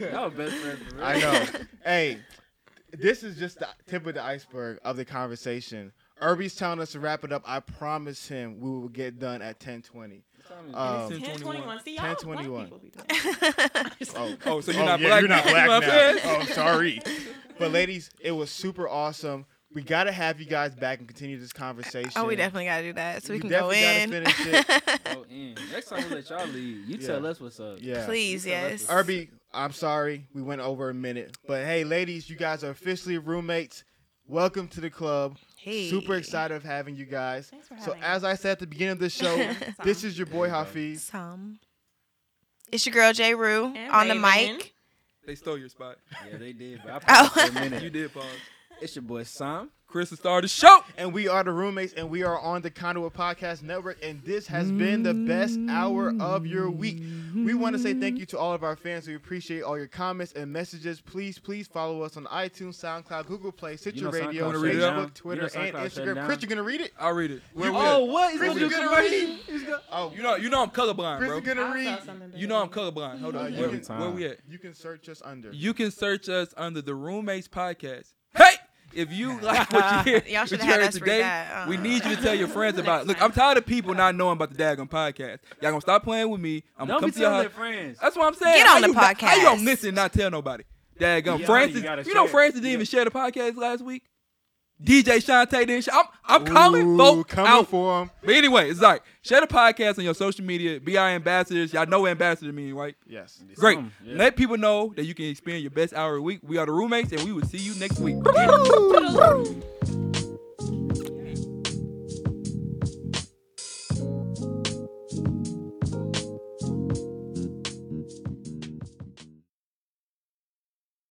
[SPEAKER 2] Y'all best friends. for real.
[SPEAKER 1] I know. hey, this is just the tip of the iceberg of the conversation. Irby's telling us to wrap it up. I promise him we will get done at 10:20. Um,
[SPEAKER 3] Ten
[SPEAKER 6] Ten twenty one. See y'all.
[SPEAKER 1] 10:21.
[SPEAKER 6] Black people be doing that.
[SPEAKER 1] oh,
[SPEAKER 3] Oh, so you're
[SPEAKER 1] oh,
[SPEAKER 3] not
[SPEAKER 1] yeah,
[SPEAKER 3] black.
[SPEAKER 1] You're not
[SPEAKER 3] You know
[SPEAKER 1] black
[SPEAKER 3] what I'm saying?
[SPEAKER 1] now. Oh, sorry. But ladies, it was super awesome. We gotta have you guys back and continue this conversation.
[SPEAKER 7] Oh, we definitely gotta do that so we
[SPEAKER 1] You
[SPEAKER 7] can go
[SPEAKER 1] definitely
[SPEAKER 7] in.
[SPEAKER 1] gotta finish Oh,
[SPEAKER 2] Go in. Next time we let y'all leave, you
[SPEAKER 1] Yeah.
[SPEAKER 2] tell us what's up.
[SPEAKER 1] Yeah.
[SPEAKER 7] Please,
[SPEAKER 2] You tell us
[SPEAKER 7] yes.
[SPEAKER 2] what's up.
[SPEAKER 1] Irby, I'm sorry we went over a minute, but hey, ladies, you guys are officially roommates. Welcome to the club. Super
[SPEAKER 7] Hey.
[SPEAKER 1] excited of having you guys.
[SPEAKER 6] Thanks for
[SPEAKER 1] so
[SPEAKER 6] having
[SPEAKER 1] as I said at the beginning of the show, this is your boy Hafiz.
[SPEAKER 7] Some. It's your girl J. Rue on
[SPEAKER 6] And
[SPEAKER 7] the
[SPEAKER 6] Raven.
[SPEAKER 7] mic.
[SPEAKER 3] They stole your spot.
[SPEAKER 2] Yeah, they did. But I paused for a
[SPEAKER 3] You
[SPEAKER 2] minute.
[SPEAKER 3] did, Paul.
[SPEAKER 2] It's your boy Sam.
[SPEAKER 3] Chris is started the show.
[SPEAKER 1] And we are the roommates and we are on the Conduit Podcast Network. And this has been the best hour of your week. We want to say thank you to all of our fans. We appreciate all your comments and messages. Please, please follow us on iTunes, SoundCloud, Google Play, Stitcher
[SPEAKER 2] know
[SPEAKER 1] Radio,
[SPEAKER 2] SoundCloud shut down.
[SPEAKER 1] Facebook,
[SPEAKER 2] You
[SPEAKER 1] Twitter,
[SPEAKER 2] know
[SPEAKER 1] and
[SPEAKER 2] SoundCloud shut
[SPEAKER 1] Instagram.
[SPEAKER 2] down.
[SPEAKER 1] Chris, you gonna read it?
[SPEAKER 3] I'll read it. Where we at?
[SPEAKER 2] Oh, what? He's
[SPEAKER 1] Chris,
[SPEAKER 2] gonna
[SPEAKER 1] you
[SPEAKER 2] do
[SPEAKER 1] gonna
[SPEAKER 2] commercial.
[SPEAKER 1] read? Oh,
[SPEAKER 3] You know, you know I'm colorblind,
[SPEAKER 1] Chris,
[SPEAKER 3] bro.
[SPEAKER 1] you gonna
[SPEAKER 6] I'll
[SPEAKER 1] read?
[SPEAKER 6] sell something,
[SPEAKER 3] You know I'm
[SPEAKER 6] baby.
[SPEAKER 3] colorblind. Hold
[SPEAKER 1] Uh,
[SPEAKER 3] on.
[SPEAKER 1] you
[SPEAKER 3] Where,
[SPEAKER 1] can-
[SPEAKER 3] where we at?
[SPEAKER 1] You can search us under.
[SPEAKER 3] You can search us under the Roommates Podcast. Hey, if you like what you hear,
[SPEAKER 7] Y'all should
[SPEAKER 3] what you
[SPEAKER 7] have
[SPEAKER 3] heard
[SPEAKER 7] had us read
[SPEAKER 3] today,
[SPEAKER 7] that.
[SPEAKER 3] we
[SPEAKER 7] Uh.
[SPEAKER 3] need you to tell your friends about it. Look,
[SPEAKER 6] time.
[SPEAKER 3] I'm tired of people not knowing about the Dagon podcast. Y'all gonna stop playing with me. I'm
[SPEAKER 2] Don't be
[SPEAKER 3] gonna come to your
[SPEAKER 2] telling
[SPEAKER 3] house.
[SPEAKER 2] their friends.
[SPEAKER 3] That's what I'm saying.
[SPEAKER 7] Get
[SPEAKER 3] How
[SPEAKER 7] on the
[SPEAKER 3] you not- How you
[SPEAKER 7] podcast.
[SPEAKER 3] don't listen, and not tell nobody. Dagon,
[SPEAKER 2] Yeah,
[SPEAKER 3] Francis.
[SPEAKER 2] you gotta
[SPEAKER 3] You, know
[SPEAKER 2] share.
[SPEAKER 3] Francis didn't even share the podcast last week. DJ Shantae didn't. Share. I'm I'm
[SPEAKER 1] Ooh,
[SPEAKER 3] calling folks
[SPEAKER 1] coming
[SPEAKER 3] out.
[SPEAKER 1] for him.
[SPEAKER 3] But anyway, it's like share the podcast on your social media. Be our ambassadors. Y'all know what ambassador mean, right?
[SPEAKER 1] Yes.
[SPEAKER 3] Great.
[SPEAKER 2] Some, yeah.
[SPEAKER 3] Let people know that you can experience your best hour a week. We are the roommates, and we will see you next week.
[SPEAKER 6] Toodles.